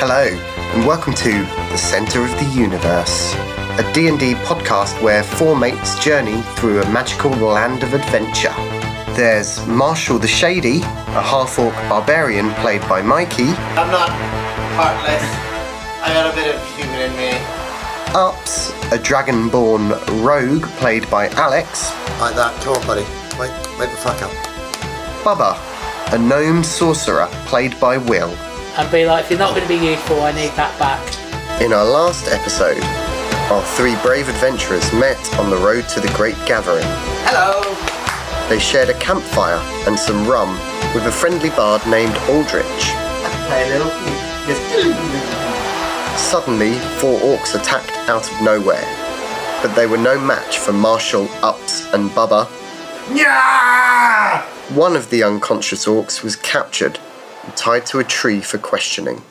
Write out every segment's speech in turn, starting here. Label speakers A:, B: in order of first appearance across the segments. A: Hello, and welcome to The Centre of the Universe, a D&D podcast where four mates journey through a magical land of adventure. There's Marshall the Shady, a half-orc barbarian played by Mikey.
B: I'm not heartless. I got a bit of human in me.
A: Ups, a dragonborn rogue played by Alex.
C: Like that. Come on, buddy. Wait, wait the fuck up.
A: Bubba, a gnome sorcerer played by Will.
D: and be like, if you're not going to be useful, I need that back.
A: In our last episode, our three brave adventurers met on the road to the Great Gathering.
B: Hello.
A: They shared a campfire and some rum with a friendly bard named Aldrich.
B: Hey, little. Yes.
A: Suddenly, four orcs attacked out of nowhere, but they were no match for Marshall, Ups, and Bubba. One of the unconscious orcs was captured and tied to a tree for questioning.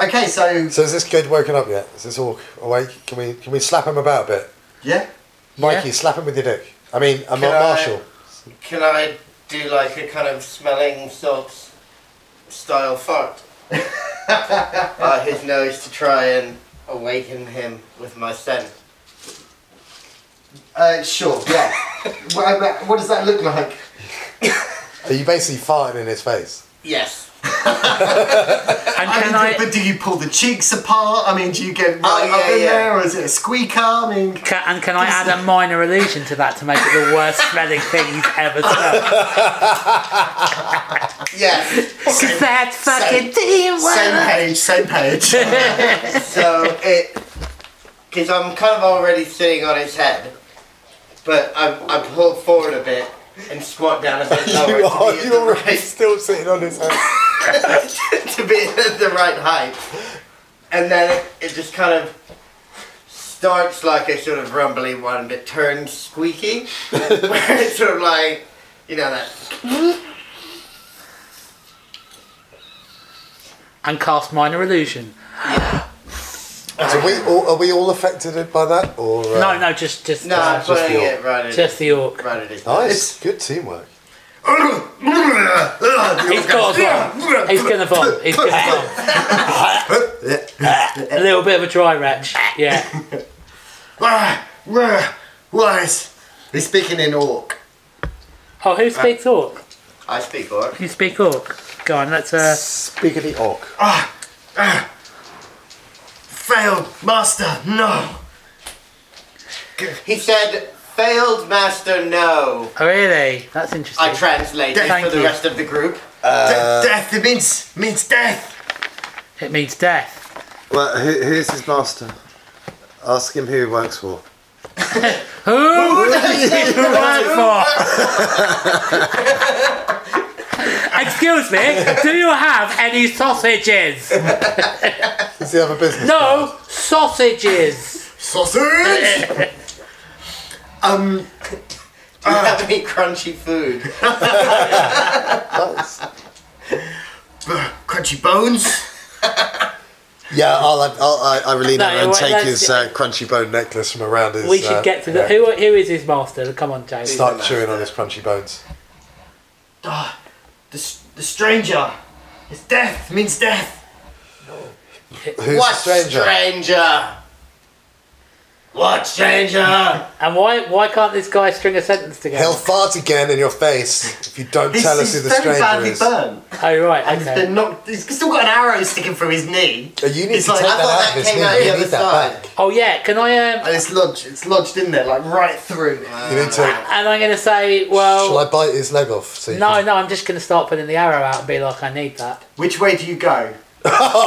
B: Okay, so
C: So is this kid woken up yet? Is this all awake? Can we can we slap him about a bit?
B: yeah.
C: Mikey, slap him with your dick. I mean, I'm
B: Can
C: not
B: I-
C: Marshall.
B: Can I do like a kind of smelling salts style fart? uh, his nose to try and awaken him with my scent.
E: Uh, sure, yeah. what, uh, what does that look like?
C: Are you basically farting in his face?
B: Yes.
D: And
E: I
D: can
E: mean,
D: I,
E: but do you pull the cheeks apart? I mean, do you get right
B: Oh,
E: up
B: yeah,
E: in
B: yeah.
E: there, or is it a squeaker? I mean,
D: ca- and can I add a minor illusion to that to make it the worst smelling thing he's ever smelled?
B: Yes.
D: that fucking
E: same page, same page.
B: so it, because I'm kind of already sitting on his head, but I I pull forward a bit and squat down a bit lower
C: you are
B: to, be
C: you
B: at
C: already still sitting on his head.
B: the right, to be at the right height, and then it, it just kind of starts like a sort of rumbly one, but turns squeaky, where it's sort of like you know that
D: And cast minor illusion.
C: So we all, are we all affected by that or? uh,
D: No, no, just just
B: no, I'm
D: uh,
C: just
B: putting
C: the
B: it right at
D: just the orc.
B: right at his
C: Nice. Good teamwork.
D: He's got a vom. He's gonna vom. He's gonna vom. a little bit of a dry retch. Yeah.
E: Wise. He's speaking in orc.
D: Oh, who speaks orc?
B: I speak orc.
D: You speak orc. Go on, let's uh.
C: Spiggity orc.
E: Failed, master, no.
B: He said, "Failed master, no."
D: Oh, really? That's interesting.
B: I translated
D: Thank
B: for the
D: you.
B: rest of the group.
E: De- death, it means, means death.
D: it means death.
C: Well, who, who's his master? Ask him who he works for.
D: Who did you work for? Excuse me, do you have any sausages?
C: Does he have a business?
D: No, sausages.
E: Sausage. um,
B: Do you have any crunchy food?
C: card? Nice.
E: b- crunchy bones.
C: Yeah, I'll, I'll, I'll I really
D: No,
C: know and
D: well,
C: take
D: let's-
C: his uh, crunchy bone necklace from around his.
D: We
C: uh,
D: should get to the.
C: yeah.
D: Who, who is his master? Come on, James.
C: Start chewing on his crunchy bones.
E: Ah, The, s- the stranger. It's death, means death.
C: Who's
B: what
C: the stranger?
B: stranger? What stranger?
D: And why why can't this guy string a sentence together?
C: He'll fart again in your face if you don't
E: He's,
C: tell us who
E: he's
C: the
E: very
C: stranger
E: badly
C: is.
E: burned.
D: Oh right,
E: And
D: okay.
E: they're not, he's still got an arrow sticking through his knee.
C: Uh, You need
E: It's
C: to
E: like-
C: take
E: I
C: that
E: thought
C: out
E: that
C: of his
E: came
C: knee.
E: out the
C: You
E: other
C: need that
E: side.
C: back.
D: Oh yeah, can I? Um,
E: And it's lodged, it's lodged in there, like right through.
C: You need to.
D: and I'm gonna say,
C: Shall
D: well,
C: I bite his leg off? So you
D: no,
C: can-
D: no. I'm just gonna start putting the arrow out and be like, I need that.
E: Which way do you go?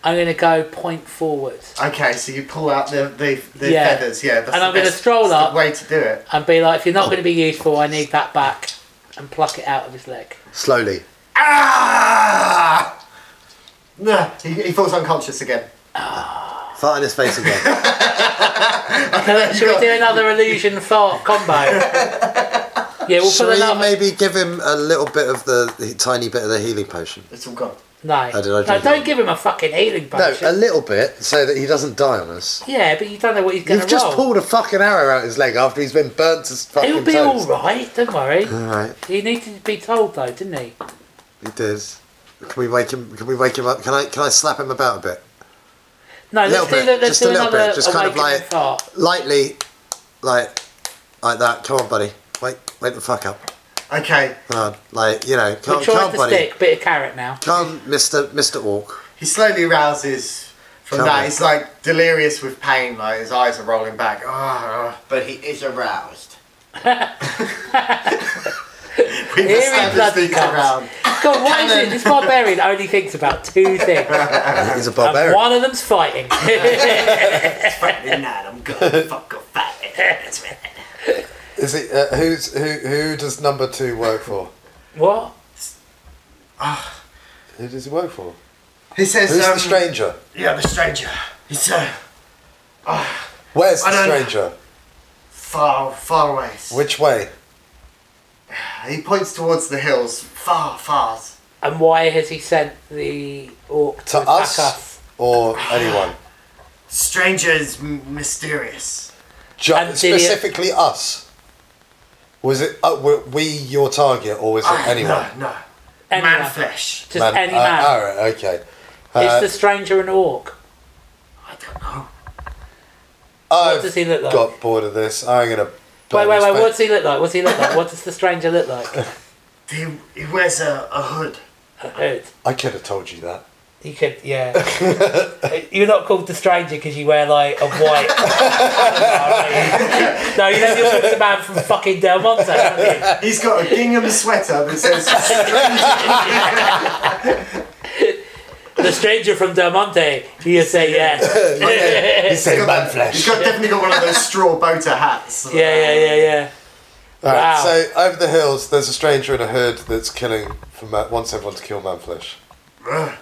D: Oh, I'm gonna go point forward.
E: Okay, so you pull out the, the, the
D: Yeah.
E: feathers, yeah. That's
D: And
E: the
D: I'm gonna
E: best-
D: stroll
E: that's the
D: up.
E: way to do it.
D: and be like, if you're not going to be useful, I need that back, and pluck it out of his leg.
C: Slowly.
E: Ah! Nah, he, he falls unconscious again.
C: Fart in his face again.
D: Should we do another illusion fart combo? Yeah, we'll
C: Shall
D: put
C: we
D: another.
C: maybe give him a little bit of the, the tiny bit of the healing potion?
E: It's all gone.
D: No,
C: did I
D: no,
C: drink
D: don't
C: it?
D: give him a fucking healing
C: No,
D: potion.
C: a little bit so that he doesn't die on us.
D: yeah, but you don't know what he's going
C: You've
D: to
C: just
D: roll.
C: pulled a fucking arrow out his leg after he's been burnt to fucking
D: He'll be
C: toast.
D: all right. Don't worry.
C: All right,
D: He needed to be told though, didn't he?
C: he did. Can we wake him? Can we wake him up? Can I? Can I slap him about a bit?
D: No,
C: little
D: let's do,
C: bit,
D: the, let's
C: just
D: do
C: a little
D: another
C: bit, just kind of
D: awakening
C: like- oh,
D: fart.
C: Lightly, like, like that. Come on, buddy. Wake, wake the fuck up.
B: Okay,
C: Come on, like you know.
D: We
C: Come, on-
D: tried
C: come on,
D: the
C: buddy.
D: stick, bit of carrot now.
C: Come, Mister Mister Orc.
B: he slowly rouses from
C: Come
B: that.
C: on.
B: He's like delirious with pain, like his eyes are rolling back. Ah, but he is aroused. we
D: Here he
B: established
D: bloody
B: these
D: comes.
B: around.
D: God, why is it this barbarian only thinks about two things?
C: He's a
D: And
C: barbarian.
D: one of them's fighting.
E: Friday night, I'm gonna fuck a fat. That's right.
C: Is it? Uh, who's who? Who does number two work for?
D: what?
C: Who does he work for?
B: He says,
C: Who's
B: um,
C: the stranger?
E: Yeah, the stranger. He's uh,
C: Where's
B: I
C: the
B: don't know.
C: stranger?
B: far, far away.
C: Which way?
B: He points towards the hills, far, far.
D: And why has he sent the orc to,
C: To
D: attack
C: us?
D: us?
C: Or anyone?
E: stranger is m- mysterious.
C: Ju-
D: And did he-
C: specifically us. Was it uh, were we your target, or was it
E: Ah,
C: anyone?
E: No, no.
D: Anyone.
E: Man flesh.
D: Just any
C: uh, oh,
D: man.
C: all right, okay. Uh,
D: is the stranger an orc?
E: I don't know.
C: I've
D: does he look like?
C: got bored of this. I'm gonna.
D: Wait, wait, wait. What does he look like? What's he look like? what does the stranger look like?
E: He, he wears a, a hood.
D: A hood.
C: I could have told you that.
D: You could, yeah. Uh, You're not called the stranger because you wear like a white. no, you know you're called the man from fucking Del Monte. aren't you?
B: He's got a gingham sweater that says,
D: The stranger from Del Monte. You say yes.
C: He said man
B: he's
C: flesh.
B: got definitely got one of those straw boater hats.
D: Yeah, yeah, yeah, yeah.
C: All right,
D: Wow.
C: so over the hills, there's a stranger in a hood that's killing for man, wants everyone to kill man flesh.
B: Bruh.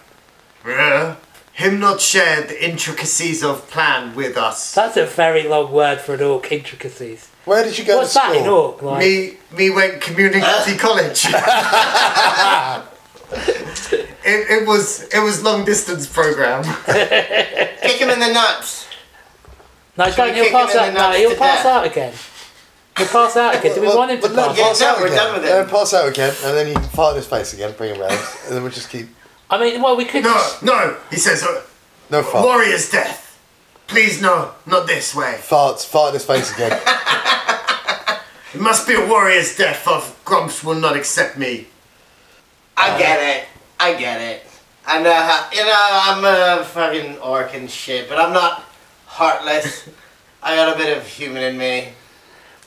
B: Him not share the intricacies of plan with us.
D: That's a very long word for an orc. Intricacies.
C: Where did you go
D: What's
C: to
D: that
C: school?
D: in orc? Like?
B: Me, me went community college. it, it was it was long distance program. Kick him in the nuts.
D: No, don't. He'll
B: kick him
D: pass
B: in the
D: out. No,
B: nuts
D: he'll
B: to
D: pass
B: death?
D: out again. He'll pass out again. Do we
C: Well,
D: want him to
C: well, let him
D: pass?
B: yeah.
D: out?
B: no,
C: pass out
B: we're
C: again.
B: done with it.
C: Let him pass out again, and then you can fart in his face again, bring him round, and then we'll just keep
D: I mean, well, we could.
B: No, no, he says. Uh,
C: no fart.
B: warrior's death. Please no, not this way.
C: Farts, fart in his face again.
B: It must be a warrior's death, or Grumps will not accept me. I get it. I get it. I know how. You know, I'm a fucking orc and shit, but I'm not heartless. I got a bit of human in me.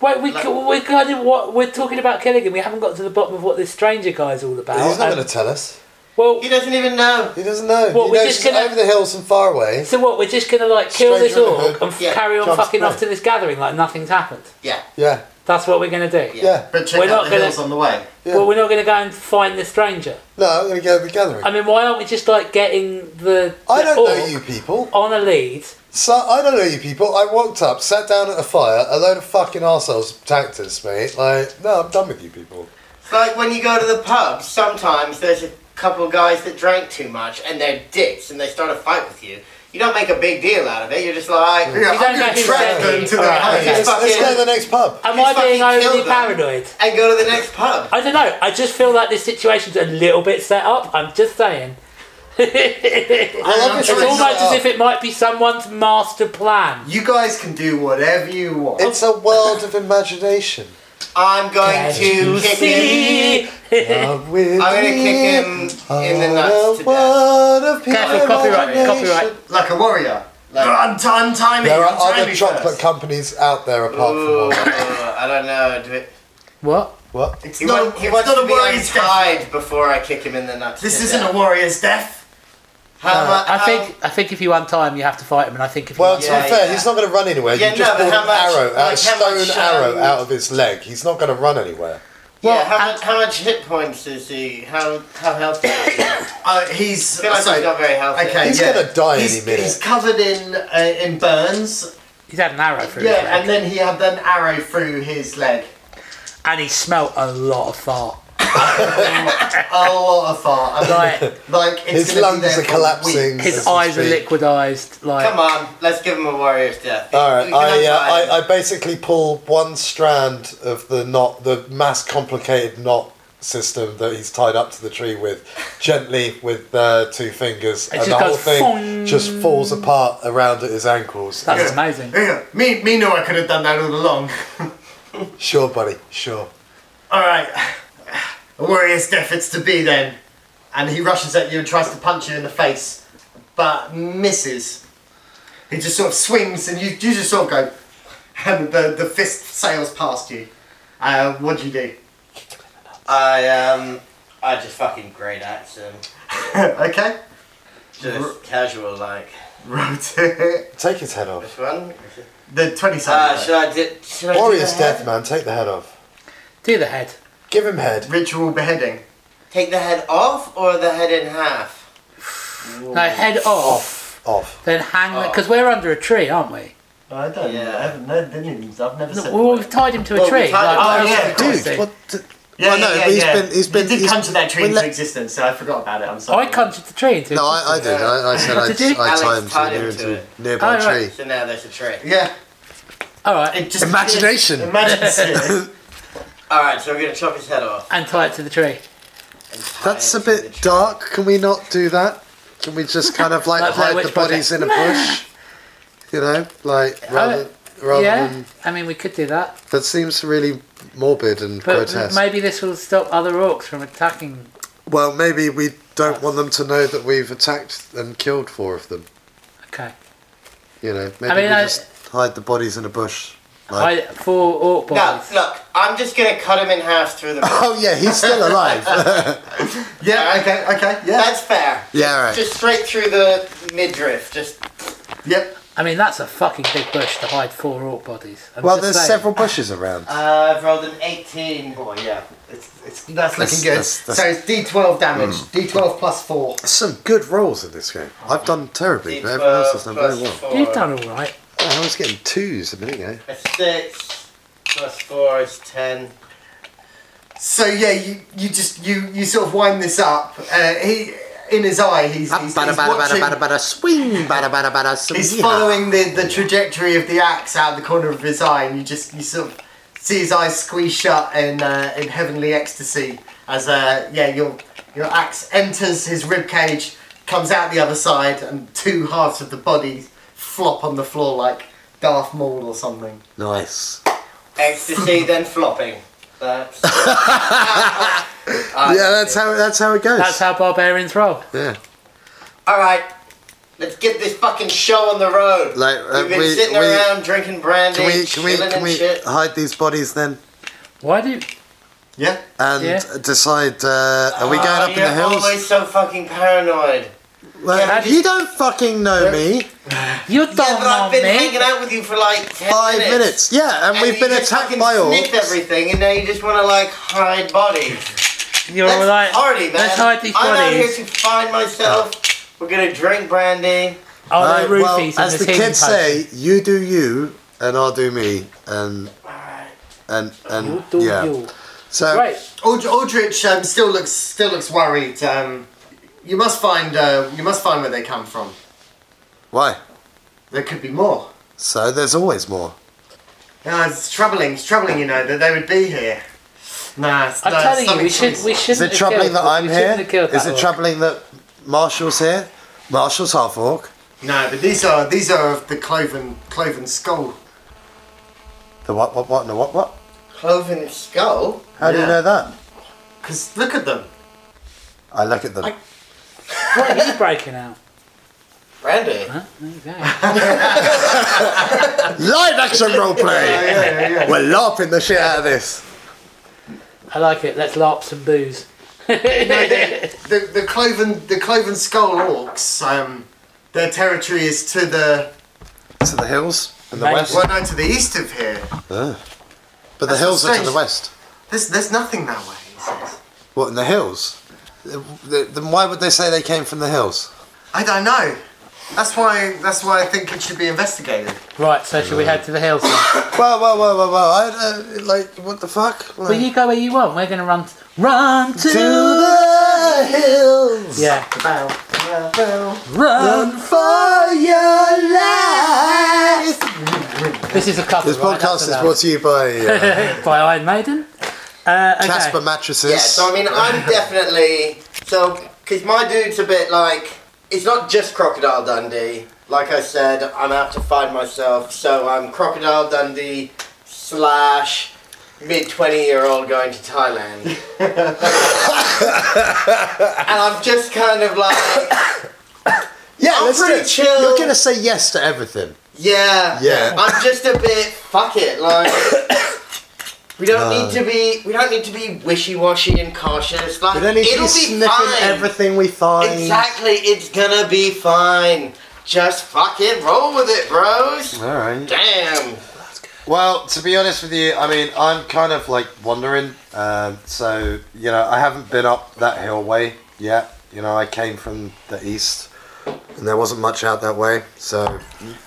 D: Wait, we we kind of what we're talking about killing him. We haven't got to the bottom of what this stranger guy's all about.
C: He's not
D: And-
C: going to tell us.
D: well,
B: He doesn't even know.
C: He doesn't know.
D: What,
C: he
D: um, we're
C: knows
D: just
C: he's
D: gonna-
C: over the hills and far away.
D: So what? We're just gonna like kill
C: Stranger
D: this
C: in the
D: orc
C: hood.
D: and f
B: Yeah,
D: carry on
C: jumps
D: fucking off
C: back.
D: to this gathering like nothing's happened.
B: Yeah.
C: Yeah,
D: That's what we're gonna do.
C: yeah.
B: But check
D: We're
B: out
D: not
B: the
D: gonna-
B: hills on the way.
C: yeah.
D: Well, we're not gonna go and find the stranger.
C: No, I'm going to go to the gathering.
D: I mean, why aren't we just like getting the,
C: I
D: the
C: don't
D: orc
C: know you people.
D: on a lead?
C: So I don't know you people. I walked up, sat down at a fire. A load of fucking arseholes attacked us, mate. Like, no, I'm done with you people.
B: It's like when you go to the pub, sometimes there's a couple guys that drank too much and they're dicks and they start a fight with you. You don't make a big deal out of it, you're just like, yeah,
D: You don't I'm gonna get drag involved. them to their Alright, house. okay.
C: Let's, let's go to the next pub.
D: Am
B: You
D: I being
B: fucking kill
D: overly
B: them.
D: paranoid?
B: and go to the next pub.
D: I don't know. I just feel like this situation's a little bit set up. I'm just saying.
C: Well,
B: I'm
D: It's
C: obviously
B: sure
C: it's
D: almost
C: not
D: as
C: up.
D: if it might be someone's master plan.
B: You guys can do whatever you want.
C: It's a world of imagination.
B: I'm going
D: Can
B: to kick him.
C: I'm going
B: I'm gonna kick him in the nuts to
C: A
B: death.
C: world of
D: Careful, copyright,
C: imagination.
D: copyright.
B: Like a warrior. Like,
E: Un- untie me.
C: There are
E: untie
C: other
E: me
C: chocolate
E: first.
C: companies out there apart
B: Ooh,
C: from one.
B: uh, I don't know. Do it.
D: What?
C: What?
B: He,
E: not-
B: want- he
E: it's
B: wants
E: not
B: to
E: a
B: be
E: warrior's
B: untied before I kick him in the nuts.
E: This
B: to
E: isn't a
B: death.
E: warrior's death.
B: How
F: Uh,
B: mu-
D: I
B: how-
D: think I think if you untie him, you have to fight him, and I think if you
C: Well,
D: untie
C: to
B: Yeah,
C: be fair,
B: yeah.
C: he's not going to run anywhere.
B: Yeah,
C: you
B: no,
C: just
B: but
C: pulled
B: how
C: an
B: much-
C: arrow, out, a
B: like, how
C: stone
B: much,
C: arrow
B: um,
C: out of his leg. He's not going to run anywhere.
B: Yeah,
D: Well,
B: how,
D: and-
B: much, how much hit points is he? How how healthy is he? I
E: Uh, he's.
B: feel like he's not very healthy.
E: Okay,
C: He's
E: yeah.
C: going to die
E: He's,
C: any minute.
E: he's covered in uh, in burns.
D: he's had an arrow through his
B: Yeah,
D: leg,
B: and then he had an arrow through his leg.
D: and he smelt a lot of fart.
B: Oh, A lot of fart. I
D: Like
B: mean, like it's
C: his
B: gonna be
C: lungs
B: there
C: are
B: for
C: collapsing.
B: weeks.
D: his
C: as we
D: eyes are
C: speak.
D: liquidized. Like
B: Come on, let's give him a warrior's death.
C: All right,
B: We can
C: I,
B: untie him.
C: uh, I I basically pull one strand of the knot, the mass complicated knot system that he's tied up to the tree with, gently with uh, two fingers, and
D: just
C: the whole
D: goes
C: thing
D: thong.
C: just falls apart around at his ankles.
D: That's amazing.
F: Yeah, me, me know I could have done that all along.
C: Sure, buddy, sure.
F: Alright. A warrior's death it's to be then. And he rushes at you and tries to punch you in the face, but misses. He just sort of swings and you, you just sort of go, and the, the fist sails past you. Uh, what do you do?
B: I um, I just fucking great axe him.
F: okay.
B: Just casual like.
F: Right. the
C: Take his head off.
B: Which one?
F: 20
B: Uh,
F: sided
B: should I do? Should I do
C: Warrior's
B: the
C: death,
B: head?
C: man. Take the head off.
D: Do the head.
C: Give him head.
F: ritual beheading.
B: Take the head off or the head in half?
D: No, head off,
C: Off.
D: then hang.
B: Off.
D: Because we're under a tree, aren't we?
F: I don't
B: Yeah. I haven't
F: know. I've never
D: No, well, we've tied him to a
B: Well, we
D: tree.
B: tied-
D: like-
F: oh, yeah,
D: of course
C: Dude,
D: they-
C: what? The,
F: Yeah,
C: Well, Oh, no,
F: yeah,
C: but he's
F: yeah.
C: been- he's been-
F: You did
C: he's-
F: conjure that tree
C: well,
F: into
C: let-
F: existence, so I forgot about it.
D: Oh,
F: I'm
D: I
F: sorry.
D: conjured the tree into
C: no, I, I did. I, I said I,
D: Did you?
C: I
B: Alex
C: timed
B: tied
C: him
B: him to
C: into
B: it.
C: a nearby
D: Oh, right.
C: tree.
B: So now there's a tree.
F: Yeah.
D: All right,
F: It just
C: Imagination.
F: Imagination.
B: All right, so we're gonna chop his head off.
D: and tie it to the tree.
B: and tie
C: That's a
B: it to the
C: bit
B: tree.
C: dark. Can we not do that? Can we just kind of like
D: Like Blair
C: hide the
D: Witch Project. Uh,
C: bodies in a bush? You know, like rather rather
D: yeah,
C: than
D: I mean we could do that,
C: that seems really morbid and
D: but
C: grotesque.
D: maybe this will stop other orcs from attacking.
C: well, maybe we don't want them to know that we've attacked and killed four of them.
D: Okay,
C: You know, maybe
D: mean,
C: we
D: I-
C: just hide the bodies in a bush. Like,
D: I, four orc boys.
B: No, look, I'm just gonna cut him in half through the. middle.
C: oh yeah, he's still alive.
F: yeah. Okay. Okay. Yeah.
B: That's fair.
C: yeah, all right.
B: Just straight through the midriff. Just
F: Yep.
D: I mean that's a fucking big bush to hide four orc bodies. I'm
C: well,
D: just
C: there's
D: saying.
C: several bushes around.
B: uh, I've rolled an 18. Oh yeah.
F: It's, it's, that's Hmm. looking
C: That's-
F: good.
C: that's- that's-
F: so it's D12 damage. D12 plus four.
C: Some good rolls in this game. I've done terribly, but everyone else has done very well. Oh,
B: four.
D: You've done all right.
C: I was getting twos a minute ago.
B: A six plus four is ten.
F: So yeah, you, you just you you sort of wind this up. Uh, he in his eye, he's, he's, he's watching.
C: swing, bada bada bada
F: He's following the, the trajectory of the axe out the corner of his eye, and you just you sort of see his eyes squeeze shut in uh, in heavenly ecstasy as uh, yeah your your axe enters his rib cage, comes out the other side, and two halves of the body flop on the floor like Darth Maul or something.
C: Nice.
B: Ecstasy, then flopping. That's.
C: yeah, that's how that's how it goes.
D: That's how barbarians roll.
C: yeah,
B: All right, let's get this fucking show on the road.
C: like uh,
B: We've been
C: we,
B: sitting
C: we,
B: around drinking brandy,
C: can we can we
B: chilling
C: can
B: and
C: we
B: shit.
C: hide these bodies then
D: Why do?
F: Yeah.
C: and
D: Yeah.
C: decide? Uh, are we going
B: Oh,
C: up in the
B: You're
C: hills?
B: always so fucking paranoid.
C: Well,
B: Yeah, we
C: you don't fucking know me.
D: You
B: Yeah,
D: don't
B: but I've
D: know
B: been
D: me.
B: hanging out with you for like ten
C: Five
B: minutes.
C: minutes. Yeah, and,
B: And
C: we've
B: you
C: been
B: just
C: attacked
B: fucking
C: by
B: sniff
C: orcs.
B: everything, and now you just want to like hide bodies.
D: You're
B: Let's
D: all right.
B: party, man.
D: Let's hide these
B: I'm out
D: bodies.
B: here to find myself. We're gonna drink brandy.
D: Oh,
C: All right,
D: they're
C: well,
D: roofies in
C: as the
D: team
C: kids
D: potion.
C: say, you do you, and I'll do me, and and and
D: You do
C: yeah.
D: you.
C: So
D: Right.
F: Ald- Aldrich um, still looks still looks worried. Um, you must find uh, you must find where they come from.
C: why?
F: There could be more.
C: So there's always more.
F: Ah, it's troubling. It's troubling, you know, that they would be here. Nah, it's,
D: I'm
F: no,
D: telling you,
F: something-
D: we should we shouldn't.
C: Is it
D: have
C: troubling
D: killed-
C: that
D: we
C: I'm
D: shouldn't have
C: here?
D: killed
C: Is
D: that
C: it
D: orc.
C: troubling that Marshall's here? Marshall's half orc.
F: No, but these are these are of the cloven cloven skull.
C: The what, what, what, and the what, what?
B: Cloven skull.
C: How do you
F: Yeah.
C: know that?
F: Cause look at them.
C: I look at them.
D: I- What are you breaking out?
B: Brandy.
D: Huh? There you go.
C: Live action roleplay!
F: yeah, yeah,
C: We're larping the shit out of this.
D: I like it. Let's LARP some booze.
F: the the cloven the cloven skull orcs. Um, their territory is to the
C: To the hills and the
D: Nice.
C: west.
F: well, no, to the east of here.
C: But the
F: That's
C: hills are to the
F: strange.
C: west.
F: There's there's nothing that way. He says.
C: What, in the hills? Th- th- Then why would they say they came from the hills?
F: I don't know. That's why that's why I think it should be investigated.
D: right, so should we head to the hills? then?
C: Well, well, well, well, well. I, uh, like, what the fuck? Like,
D: well, you go where you want. We're going to run. Run to.
C: to the hills!
D: yeah.
F: Bow, bow, bow.
D: Run.
C: For your life!
D: This is a cover.
C: This
D: right?
C: podcast
D: That's
C: is brought to you by. Uh,
D: allowed. by Iron Maiden. Uh, okay.
C: Casper mattresses.
B: Yeah, so I mean, I'm definitely so because my dude's a bit like it's not just Crocodile Dundee. Like I said, I'm out to find myself, so I'm Crocodile Dundee slash mid twenty year old going to Thailand, and I'm just kind of like,
C: yeah,
B: I'm
C: let's do
B: pretty
C: it.
B: chill.
C: You're gonna say yes to everything.
B: yeah,
C: Yeah.
B: I'm just a bit fuck it, like. We don't
C: No.
B: need to be. We don't need to be wishy-washy and cautious. Like
C: We don't need to
B: it'll
C: be
B: be
C: sniffing
B: fine.
C: everything we find.
B: Exactly, it's gonna be fine. Just fucking roll with it, bros.
C: All right.
B: Damn.
C: Well, to be honest with you, I mean, I'm kind of like wandering. Um, so, you know, I haven't been up that hill way yet. You know, I came from the east and there wasn't much out that way. So,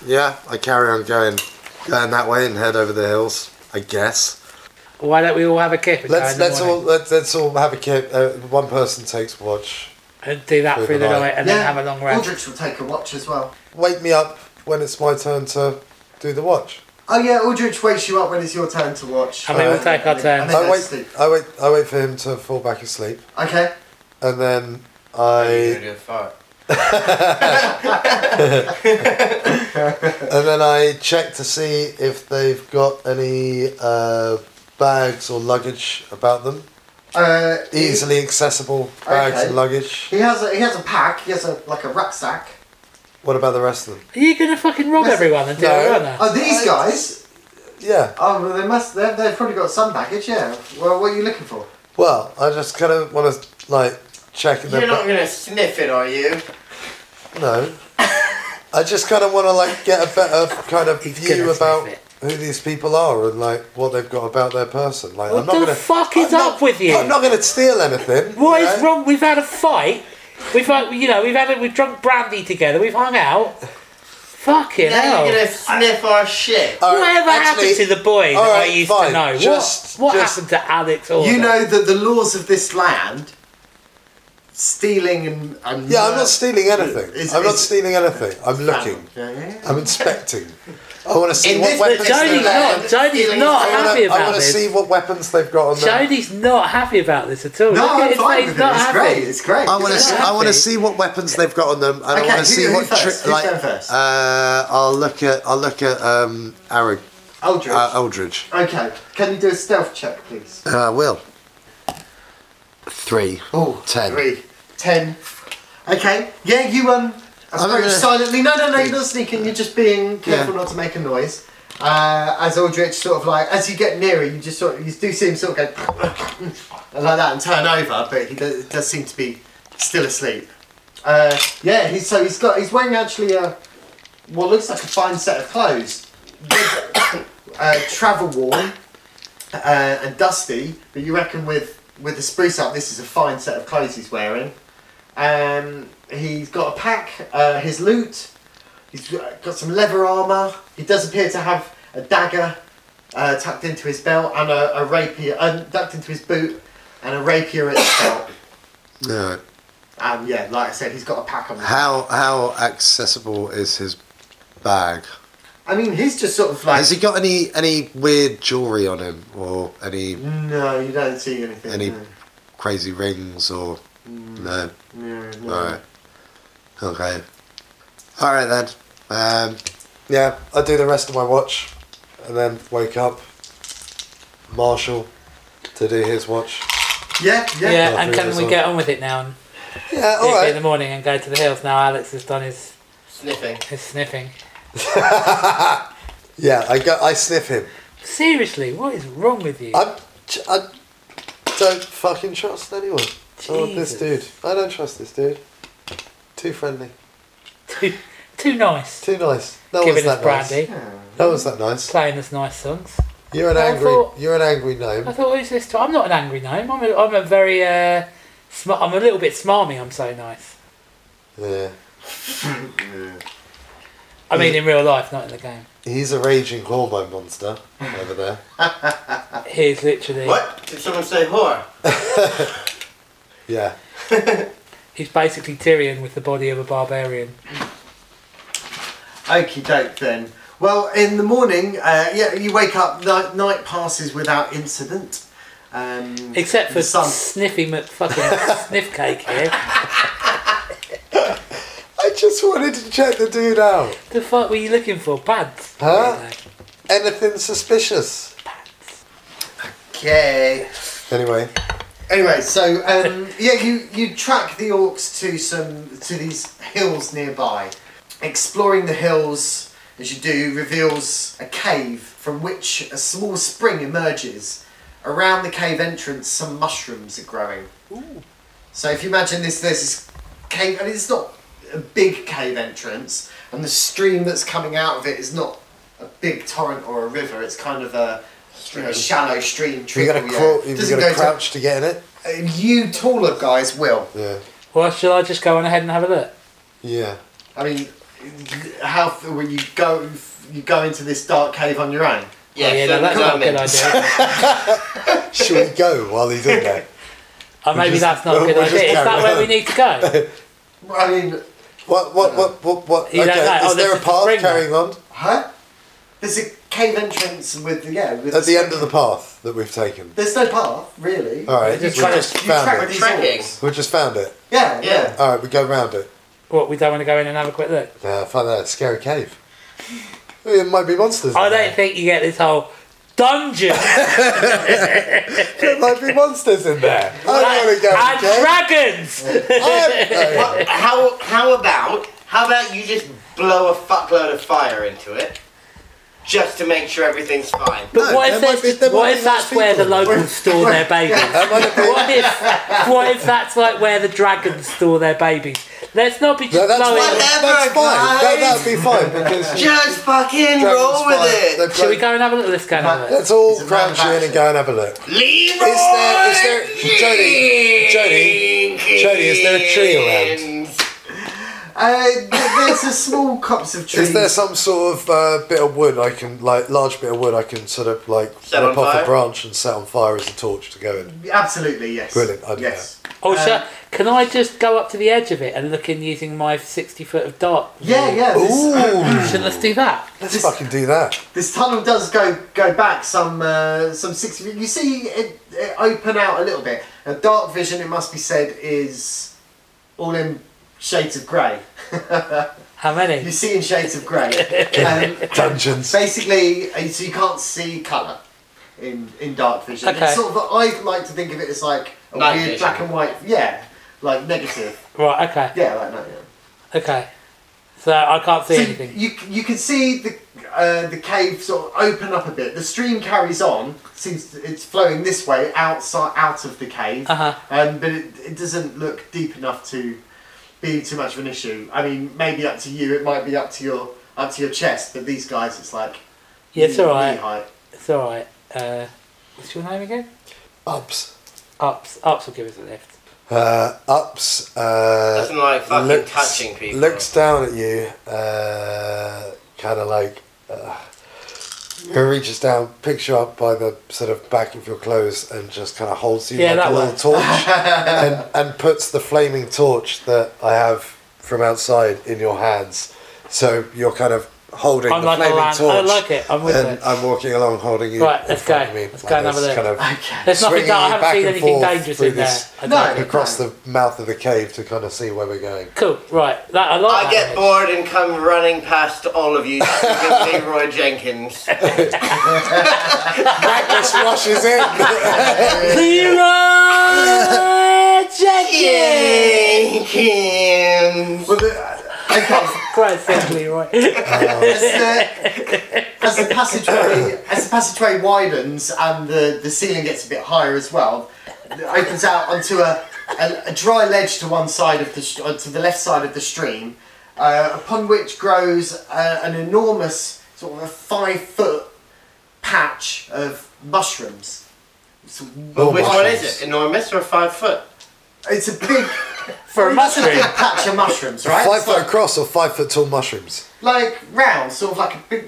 C: yeah, I carry on going, going that way and head over the hills, I guess.
D: Why don't we all have a kip? at nine
C: Let's
D: in the
C: let's all
D: morning?
C: let's, let's all have a kid. Uh, one person takes watch.
D: And do that
C: through
D: through
C: the
D: the
C: night.
D: night and then have a long rest.
F: Aldrich will take a watch as well.
C: Wake me up when it's my turn to do the watch.
F: Oh yeah, Aldrich wakes you up when it's your turn to watch.
D: I mean, we'll
F: Uh,
D: take our
F: and
D: turn.
F: then
C: I
F: go to
C: wait.
F: sleep.
C: I wait. I wait for him to fall back asleep,
F: Okay.
C: and then I. And then I check to see if they've got any uh, bags or luggage about them.
F: Uh, he-
C: Easily accessible bags
F: Okay.
C: and luggage.
F: He has a he has a pack. He has a like a rucksack.
C: What about the rest of them?
D: Are you gonna fucking rob
F: Yes.
D: everyone and do
C: No.
D: it, aren't
F: Oh, these
C: I-
F: guys.
C: Yeah.
F: Oh, well, they must. They've, they've probably got some baggage. Yeah. Well, what are you looking for?
C: Well, I just kind of want to like check in
B: You're
C: their.
B: not
C: Ba-
B: gonna sniff it, are you?
C: no. I just kind of want to like get a better kind of
D: He's
C: view
D: gonna
C: about
D: sniff
C: who these people are and like what they've got about their person. Like I'm
D: What
C: not
D: the
C: gonna.
D: fuck is
C: I'm not-
D: up with you?
C: I'm not gonna steal anything.
D: What
C: you
D: is
C: know?
D: wrong? We've had a fight. We've had, you know, we've had, a, we've drunk brandy together. We've hung out. Fucking
B: Now
D: hell!
B: you're gonna sniff our shit.
C: All right,
D: Whatever
C: actually-
D: happened to the boy that
C: all
D: I
C: right,
D: used
C: fine,
D: to know?
C: just-
D: what what
C: just-
D: happened to Alex? Or
F: You know that the laws of this land, stealing and, and
C: Yeah, I'm not stealing anything.
F: It's-
C: I'm not
F: it's-
C: stealing anything. I'm looking.
F: Yeah, yeah, yeah.
C: I'm inspecting. I want to see
B: In
C: what
B: this
C: weapons.
B: particular
C: they've
D: Jodie's
C: got.
D: not. Jodie's not
C: I
B: I'm
D: happy
C: wanna- I
D: about
C: want to
D: this.
C: see what weapons they've got on them.
D: Jodie's not happy about this at all.
F: No,
D: Look at
F: I'm
D: his
F: fine
D: face,
F: with it.
D: not
F: It's
D: happy.
F: great. It's great.
C: I want
D: He's
C: to.
D: not
C: I want to
D: happy.
C: see what weapons they've got on them, and I
F: Okay,
C: want to
F: who-
C: see
F: who
C: what
F: first?
C: trick.
F: Who's
C: Like,
F: going first?
C: Uh, I'll look at. I'll look at um, Arag,
F: Aldrich.
C: uh, Eldridge.
F: okay. Can you do a stealth check, please?
C: Uh, will. Three.
F: Oh,
C: Ten.
F: Three. Ten. Okay. Yeah, you um
C: not
F: approach
C: gonna-
F: silently. No, no, no. You're not sneaking. You're just being careful
C: Yeah.
F: not to make a noise. Uh, as Aldrich sort of like, as you get nearer, you just sort of, you do see him sort of go like that and turn over, but he does, does seem to be still asleep. Uh, yeah, he's, so he's got he's wearing actually a what looks like a fine set of clothes, With, uh, travel worn uh, and dusty, but you reckon with with the spruce up, this is a fine set of clothes he's wearing. Um, he's got a pack, uh, his loot. He's got some leather armor. He does appear to have a dagger uh, tucked into his belt and a, a rapier uh, tucked into his boot and a rapier at his belt.
C: Yeah.
F: Um, yeah, like I said, he's got a pack on. him.
C: How how accessible is his bag?
F: I mean, he's just sort of like.
C: Has he got any any weird jewelry on him or any
F: Mm. No, you don't see anything.
C: Any-
F: no.
C: crazy rings or no?
F: No, no.
C: All right. Okay. All right then. Um, yeah, I do the rest of my watch, and then wake up. Marshall, to do his watch.
F: Yeah, yeah.
D: Yeah,
C: Yeah,
D: and
C: three
D: can
C: days
D: we
C: on.
D: get on with it now and
C: Yeah,
D: do
C: all
D: it in the
C: right.
D: morning and go to the hills? Now Alex has done his,
B: Sniffing.
D: his sniffing.
C: Yeah, I go. I sniff him.
D: Seriously, what is wrong with you?
C: I, I don't fucking trust anyone. Oh, this
D: Jesus.
C: dude. I don't trust this dude. Too friendly.
D: Too, too nice.
C: Too nice. No one's
D: Giving
C: that
D: us brandy,
C: nice. No one's that nice.
D: playing us nice songs.
C: You're an
D: I
C: angry.
D: thought-
C: You're an angry
D: I
C: gnome.
D: thought, who's this? To? I'm not an angry gnome. I'm a, I'm a very, uh, sm- I'm a little bit smarmy. I'm so nice.
C: Yeah.
D: I mean, in real life, not in the game.
C: He's a raging hormone monster over there. Uh,
D: He's literally,
B: What? Did someone say
C: Oh,
B: whore?
C: Yeah.
D: he's basically Tyrion with the body of a barbarian.
F: Okie doke then. Well, in the morning, uh, yeah, you wake up. Night, night passes without incident.
G: Um,
D: Except for
G: the sun.
D: Sniffy McFucking Sniff Cake here.
C: I just wanted to check the dude out.
D: The fuck were you looking for? Pads?
C: Huh? Anything suspicious?
F: Okay.
C: Anyway,
F: Anyway, so um, yeah, you you track the orcs to some to these hills nearby. Exploring the hills as you do reveals a cave from which a small spring emerges. Around the cave entrance, some mushrooms are growing. So if you imagine this, there's this cave, and it's not a big cave entrance, and the stream that's coming out of it is not a big torrent or a river. It's kind of a you know, shallow stream.
C: you
F: trickle,
C: gotta
F: Oh, yeah.
C: crawl, you
F: Doesn't
C: gotta
F: go to-
C: crouch to get in it.
F: uh, You taller guys will.
C: Yeah,
D: Or shall I just go on ahead and have a look?
C: yeah.
F: I mean, how f- when you go you go into this dark cave on your own?
D: Oh, yeah, no, that's not a good idea.
C: Should we go while he's in there?
D: Or Oh, maybe
C: just-
D: that's not a good
C: we'll just
D: idea. Is
C: carry
D: that where we
C: on.
D: need to go?
F: I mean,
C: What? What? What? What? what?
D: You
C: Okay.
D: don't know. Oh,
C: Is there
D: there's
C: a
D: a
C: path
D: spring
C: carrying on
F: huh? There's a cave entrance with yeah. With
C: at the end of Oh, the path that we've taken?
F: There's no path really.
C: All right,
D: Just
C: we
D: try to-
C: just
F: You track
C: found
F: with
C: it.
F: these
B: Trekking.
F: orcs.
C: We just found it.
F: Yeah, yeah.
B: Yeah.
C: All right, we go round it.
D: What, we don't want to go in and have a quick look?
C: Yeah, I find that a scary cave. It might be monsters.
D: I
C: in
D: don't think you get this whole dungeon
C: there. There might be monsters in there. I don't want to go.
D: and
C: okay?
D: dragons.
C: I'm-
B: What- how how about how about you just blow a fuckload of fire into it, just to make sure everything's fine.
D: But
C: No,
D: what
C: there
D: if,
C: might be-
D: there's
C: there
D: what
C: might
D: if
C: be
D: that's
C: lots of
D: where the
C: people.
D: locals store their babies? what if what if that's like where the dragons store their babies? Let's not be just
C: No, that's fine.
D: blowing.
C: That's fine. That, that'd be fine because
B: Just fucking
C: dragons
B: roll with
C: fly.
B: it.
C: They're
D: Should we
C: blown-
D: go and have a look at this kind of it?
C: Let's all
F: a
C: crouch
F: man
C: in and go and have a look.
B: Leroy
C: Is there- is there- Jody, Jody, Jody, is there a tree around?
B: Jenkins.
F: Uh, th- there's a small copse of trees.
C: Is there some sort of uh, bit of wood I can like large bit of wood I can sort of like
B: Set
C: rip
B: on
C: off
B: fire?
C: a branch and set on fire as a torch to go in?
F: Absolutely yes.
C: Brilliant, I'd do
F: yes.
D: Or shall,
B: Um,
D: can I just go up to the edge of it and look in using my sixty foot of dart?
F: Yeah, yeah. This,
C: Ooh,
D: So let's do that.
C: let's fucking do that.
F: this tunnel does go go back some uh, some sixty. feet. You see it, it open out a little bit. Now, dark vision, it must be said, is all in shades of grey.
D: How many?
F: You see in shades of grey. Um,
C: Dungeons.
F: basically, uh, so you can't see colour in in dark vision.
D: Okay.
F: It's sort of I like to think of it as like a
B: Night
F: weird
B: vision.
F: black and white. Yeah, like negative.
D: Right. Okay.
F: Yeah, like night. Yeah.
D: Okay. So I can't see
F: So
D: anything.
F: you you can see the uh, the cave sort of open up a bit. The stream carries on. Seems it's flowing this way outside out of the cave.
D: Uh-huh.
F: Um, but it, it doesn't look deep enough to be too much of an issue. I mean, maybe up to you. It might be up to your up to your chest. But these guys, it's like
D: Yeah, it's
F: knee-
D: alright.
F: knee height.
D: It's all right. Uh, what's your name again?
C: Ups.
D: Ups. Ups will give us a lift.
C: Uh, ups. Uh,
B: Nothing like fucking
C: looks-
B: touching people.
C: Looks down at you, uh, kind of like. Uh, who reaches down, picks you up by the sort of back of your clothes, and just kind of holds you
D: Yeah,
C: like
D: that
C: a little
D: way.
C: torch, and, and puts the flaming torch that I have from outside in your hands. So you're kind of holding
D: I'm
C: the
D: like a
C: flaming
D: lamp.
C: torch.
D: I like it. I'm with
C: and
D: it.
C: I'm walking along holding you.
D: Right,
C: in
D: let's
C: front
D: go.
C: of me,
D: Let's go and have a
C: this,
D: look.
C: Kind of
F: Okay.
D: There's nothing
C: swinging
D: that I
C: you
D: haven't
C: back
D: seen
C: and
D: anything
C: forth
D: dangerous
C: through
D: in there.
C: this-
D: I
F: No.
D: don't.
C: across the mouth of the cave to kind of see where we're going.
D: Cool. Right. That, I like
B: I get
D: that.
B: bored and come running past all of you, because Leroy Jenkins.
C: Magnus rushes in.
D: Leroy Jenkins.
B: Jenkins.
F: Well, the, okay.
D: Quite simply, right?
F: as the, as the passageway as the passageway widens and the, the ceiling gets a bit higher as well, it opens out onto a, a, a dry ledge to one side of the sh- uh, to the left side of the stream, uh, upon which grows uh, an enormous sort of a five foot patch of mushrooms. It's a,
C: Oh,
B: Which one
C: mushrooms.
B: is it? Enormous or five foot?
F: it's a big
D: For a
F: it's a
D: mushroom.
F: big patch of mushrooms, right?
C: Five
F: It's
C: foot
F: like,
C: across or five foot tall mushrooms?
F: like round, sort of like a big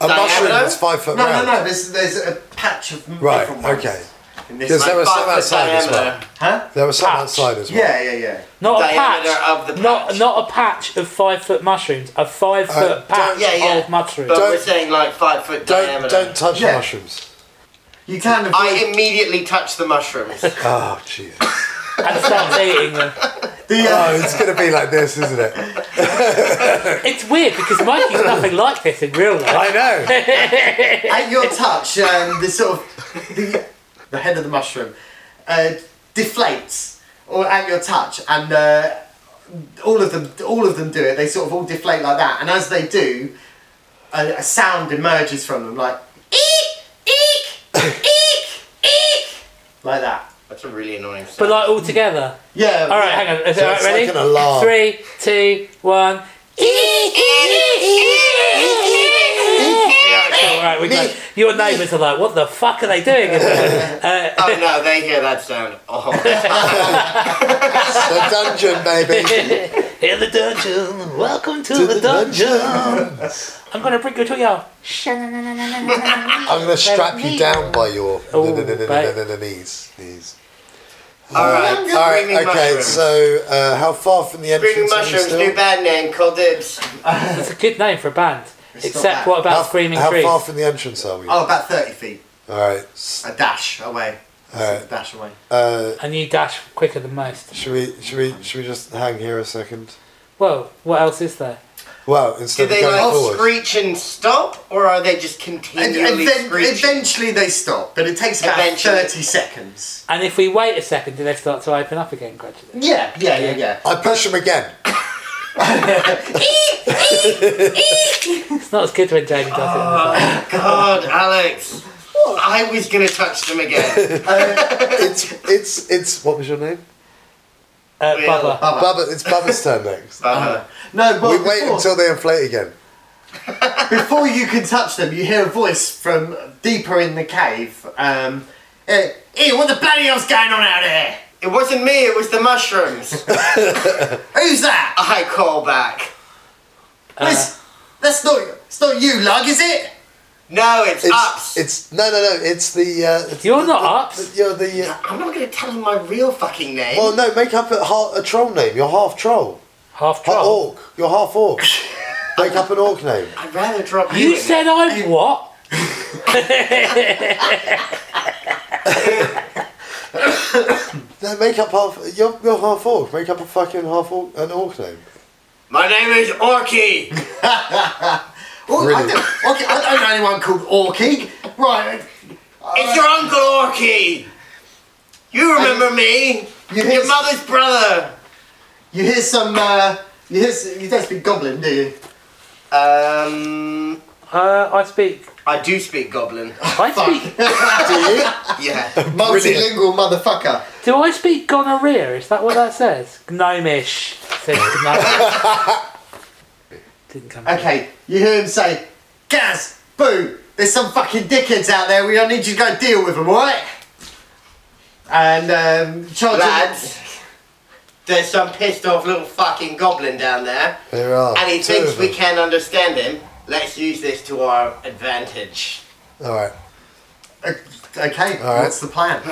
C: A
B: Diameter?
C: mushroom that's five foot
F: No, no,
C: round.
F: no. There's there's a patch of m-
C: Right,
F: different ones.
C: okay.
F: In this
C: Yes,
F: one.
C: there was
B: five
C: some
B: foot
C: outside as well.
B: diameter.
F: Huh?
C: There was some
D: Patch.
C: outside as well.
F: Yeah, yeah, yeah.
D: Not a
B: Diameter
D: patch.
B: of the
D: Not
B: patch. Uh,
D: not a patch of five foot mushrooms. A five foot
C: don't-
D: patch
B: Yeah, yeah.
D: of mushrooms.
B: But
C: Don't-
B: we're saying like five foot
C: Don't
B: diameter.
C: don't touch
F: Yeah.
C: mushrooms.
F: You can.
B: I immediately touch the mushrooms.
C: Oh, Jesus.
D: and starts eating them.
F: uh,
C: Oh, it's going to be like this, isn't it?
D: It's weird because Mikey's nothing like this in real life.
C: I know. Oh.
F: At your touch, um, the sort of the, the head of the mushroom uh, deflates, or at your touch, and uh, all of them, all of them do it. They sort of all deflate like that, and as they do, a, a sound emerges from them, like eek, eek, eek, eek, like that.
B: That's a really annoying sound.
D: But like all together.
F: Yeah.
D: All right, hang on. Is
C: So
D: it- all
C: it's
D: right, ready?
C: like an alarm.
D: Three, two, one. Yeah, cool, all right, we got it. Your neighbours are like, what the fuck are they doing? in there?" Uh,
B: Oh no, they hear that sound. Oh,
C: the dungeon, baby.
D: in the dungeon, welcome to, the, dungeon. I'm gonna bring you to your.
C: I'm going to strap you down by your
D: Oh,
C: knees. Knees.
B: all right,
C: All right,
B: Bring me
C: okay,
B: mushrooms.
C: so uh, how far from the
B: Bring me
C: entrance are you
B: mushrooms. New
C: still?
B: band name called Dibs.
D: That's a good name for a band. Except
F: bad.
D: what about
C: How,
D: Screaming
C: how
D: Trees?
C: far from the entrance are we?
F: Oh, about thirty feet.
C: All right. s-
F: A dash away.
C: Alright.
F: A dash away.
C: Uh,
D: And you dash quicker than most.
C: should we should we should we just hang here a second?
D: Well, what else is there?
C: Well,
B: Do
C: instead of
B: they
C: going
B: like
C: forward.
B: screech and stop, or are they just
F: And,
B: continually
F: and then
B: screeching?
F: eventually they stop, but it takes about
B: Eventually.
F: thirty seconds.
D: And if we wait a second, do they start to open up again gradually?
F: Yeah, yeah, yeah, yeah.
C: I push him again.
D: It's not as good when Jamie does it. on his own.
B: God, Alex, I was gonna touch them again.
C: It's it's it's what was your name?
D: Uh,
B: Will.
D: Bubba.
F: Bubba.
C: Bubba. It's Bubba's turn next.
B: Uh,
F: No, well,
C: we wait
F: before,
C: until they inflate again.
F: before you can touch them, you hear a voice from deeper in the cave. Um, eh, hey, what the bloody hell's going on out there?
B: it wasn't me. It was the mushrooms.
F: Who's that?
B: I call back.
F: That's- that's not. It's not you, lug, is it?
B: No, it's,
C: It's
B: ups.
C: it's no no no. It's the uh, it's
D: You're
C: the-
D: not
C: the-
D: Ups.
C: the- You're the. Uh,
B: I'm not gonna tell them my real fucking name.
C: well, no, make up a, ha- a troll name. You're half troll.
D: Half
C: Half
D: troll.
C: orc. You're half orc. make up an orc name.
B: I'd rather drop you.
D: oh. You
B: in
D: said I'm what?
C: No, make up half. You're, you're half orc. Make up a fucking half orc an orc name.
B: My name is Orky.
F: Oh, I,
C: Really?
F: don't, okay, I don't know anyone called Orky. Right.
C: Uh,
B: It's your uncle Orky. You remember me?
F: You hear,
B: Your mother's brother.
F: you hear some. Uh, you hear. s- You don't speak Goblin, do you?
B: Um,
D: Uh, I speak.
B: I do speak Goblin.
D: I speak.
C: Do you?
B: yeah.
F: Multilingual motherfucker.
D: Do I speak gonorrhea? Is that what that says? Gnomish. Says gnome. Didn't come. through.
F: Okay, you hear him say, Gaz, boo, there's some fucking dickheads out there, we don't need you to go deal with them, alright? And um, charge
B: Lads, there's some pissed off little fucking goblin down there,
C: There are.
B: and he
C: two
B: thinks
C: of
B: we
C: them.
B: can understand him. Let's use this to our advantage.
C: All right.
F: Okay,
C: All right.
F: what's the plan?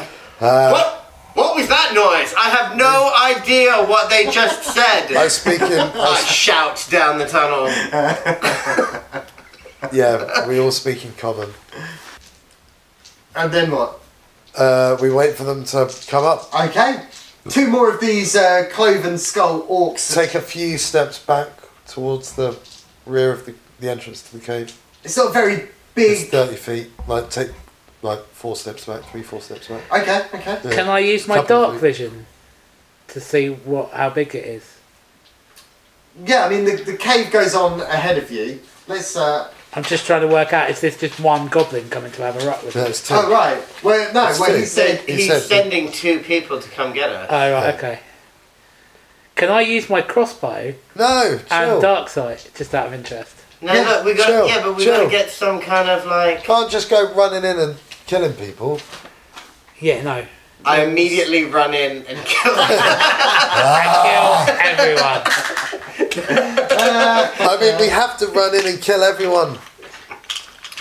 C: Uh,
B: what? What was that noise? I have no idea what they just
C: I
B: said.
C: speak in. I Uh,
B: I shout down the tunnel.
C: s- yeah, we all speak in common.
F: And then what?
C: Uh, we wait for them to come up.
F: Okay, two more of these uh, cloven skull orcs.
C: Take a few steps back towards the rear of the, the entrance to the cave.
F: It's not very
C: It's
F: big.
C: thirty feet. Like take like four steps back, three four steps back.
F: Okay, okay.
C: Yeah.
D: Can I use my
C: Couple of
D: dark
C: feet.
D: vision to see what how big it is?
F: Yeah, I mean, the, the cave goes on ahead of you. Let's. Uh,
D: I'm just trying to work out. Is this just one goblin coming to have a rut with
C: No,
D: us?
C: it's two.
F: oh, right. Well, no,
C: Let's
F: well,
C: do
F: he
C: it.
F: said.
B: Said
C: he Uh,
B: he's
C: said-
B: sending two people to come get us.
D: Oh right,
C: Yeah.
D: okay. Can I use my crossbow
C: No, chill.
D: and uh, dark sight just out of interest?
B: No,
F: Yeah,
B: look, we got
C: chill,
B: yeah, but we
C: chill.
B: gotta get some kind of like.
C: Can't just go running in and killing people.
D: Yeah, no.
B: I immediately run in and kill.
C: Ah.
D: I kill everyone.
C: I mean, we have to run in and kill everyone.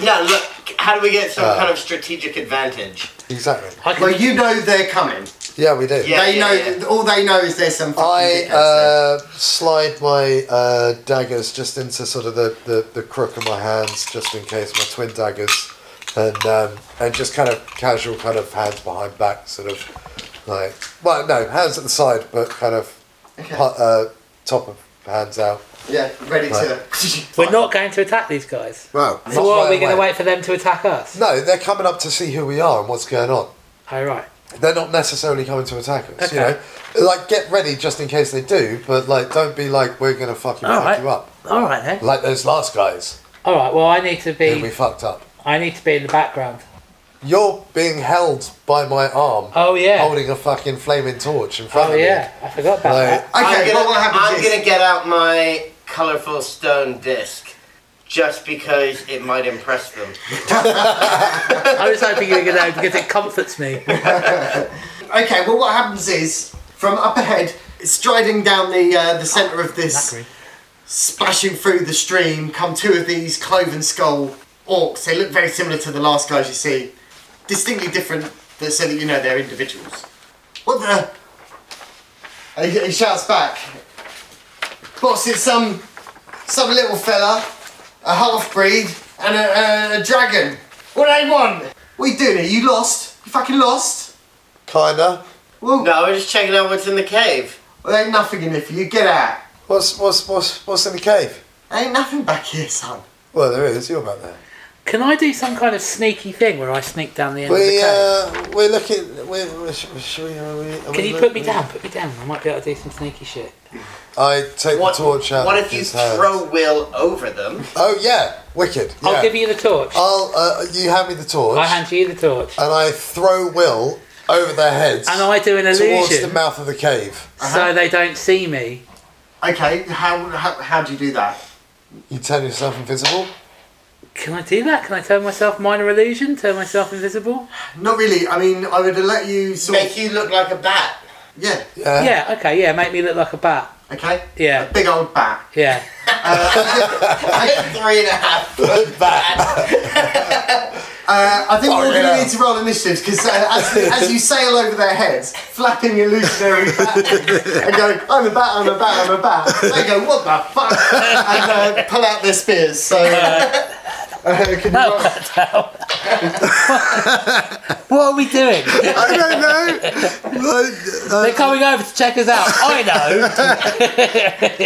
B: yeah, look, how do we get some
C: Uh.
B: kind of strategic advantage?
C: Exactly.
D: I can,
F: Well, you know they're coming.
C: Yeah, we do.
B: Yeah,
F: they
B: yeah,
F: know.
B: yeah.
F: All they know is there's some. fucking
C: I
F: dickheads there.
C: uh, slide my uh, daggers just into sort of the, the, the crook of my hands, just in case my twin daggers and um, and just kind of casual, kind of hands behind back, sort of like well, no, hands at the side, but kind of hu- uh, top of hands out.
B: Yeah, ready to.
D: We're not going to attack these guys.
C: Well,
D: So what, are we going to wait for them to attack us?
C: No, they're coming up to see who we are and what's going on.
D: Oh, right.
C: They're not necessarily coming to attack us, you
D: Okay.
C: know. Like, get ready just in case they do, but like, don't be like we're gonna fucking
D: All
C: fuck
D: right.
C: you up,
D: All right then.
C: like those last guys
D: All right. Well, I need to
C: who we
D: be.
C: fucked up.
D: I need to be in the background.
C: You're being held by my arm,
D: Oh yeah.
C: holding a fucking flaming torch in front
D: Oh
C: of me.
D: yeah. I forgot about
C: Like-
D: that.
B: I'm,
F: Okay,
B: gonna,
F: what will happen
B: I'm
F: is-
B: gonna get out my colourful stone disc just because it might impress them.
D: I was hoping you were going to because it comforts me.
F: Okay, well, what happens is from up ahead, striding down the uh, the centre of this,
D: Zachary.
F: splashing through the stream, come two of these cloven skull orcs. They look very similar to the last guys you see, distinctly different, but so that you know they're individuals. What the? And He, he shouts back. Boss, it's some some little fella, a half breed, and a, a, a dragon. What do they want? What are you doing here? You lost? You fucking lost?
C: Kinda.
F: Well,
B: No, we're just checking out what's in the cave.
F: Well, ain't nothing in here for you. Get out.
C: What's what's what's what's in the cave?
F: Ain't nothing back here, son.
C: Well, there is. You're back there.
D: Can I do some kind of sneaky thing where I sneak down the end of the
C: We
D: cave?
C: uh, we're looking. We, we, should, should we, are we, are
D: Can
C: we
D: you
C: look-
D: put me down? Put me down. I might be able to do some sneaky shit.
C: I take
B: What,
C: the torch out.
B: what
C: of
B: if you
C: his hand.
B: throw Will over them?
C: Oh yeah, wicked. Yeah.
D: I'll give you the torch.
C: I'll uh, you hand me the torch,
D: I hand you the torch,
C: and I throw Will over their heads
D: and I do an
C: towards
D: illusion
C: the uh-huh. mouth of the cave.
D: so they don't see me.
F: Okay, how, how, how do you do that?
C: You turn yourself invisible.
D: Can I do that? Can I turn myself minor illusion? Turn myself invisible?
C: Uh-huh.
F: Not really. I mean, I would let you sort
B: Make
F: of.
B: you look like a bat.
F: Yeah,
C: Yeah.
D: Yeah. Okay. Yeah. Make me look like a bat.
F: okay?
D: Yeah.
F: A big old bat.
D: Yeah.
B: Three and a half.
F: Uh, I think
B: Oh,
F: we're all
C: Fucking
F: going
C: hell.
F: to need to roll initiatives because uh, as, as you sail over their heads, flapping illusionary bat and going, I'm a bat, I'm a bat, I'm a bat, they go, what the fuck? And uh, pull out their spears. So. Uh, can you roll?
D: What are we doing?
C: I don't know. Like, uh,
D: They're coming over to check us out. I know.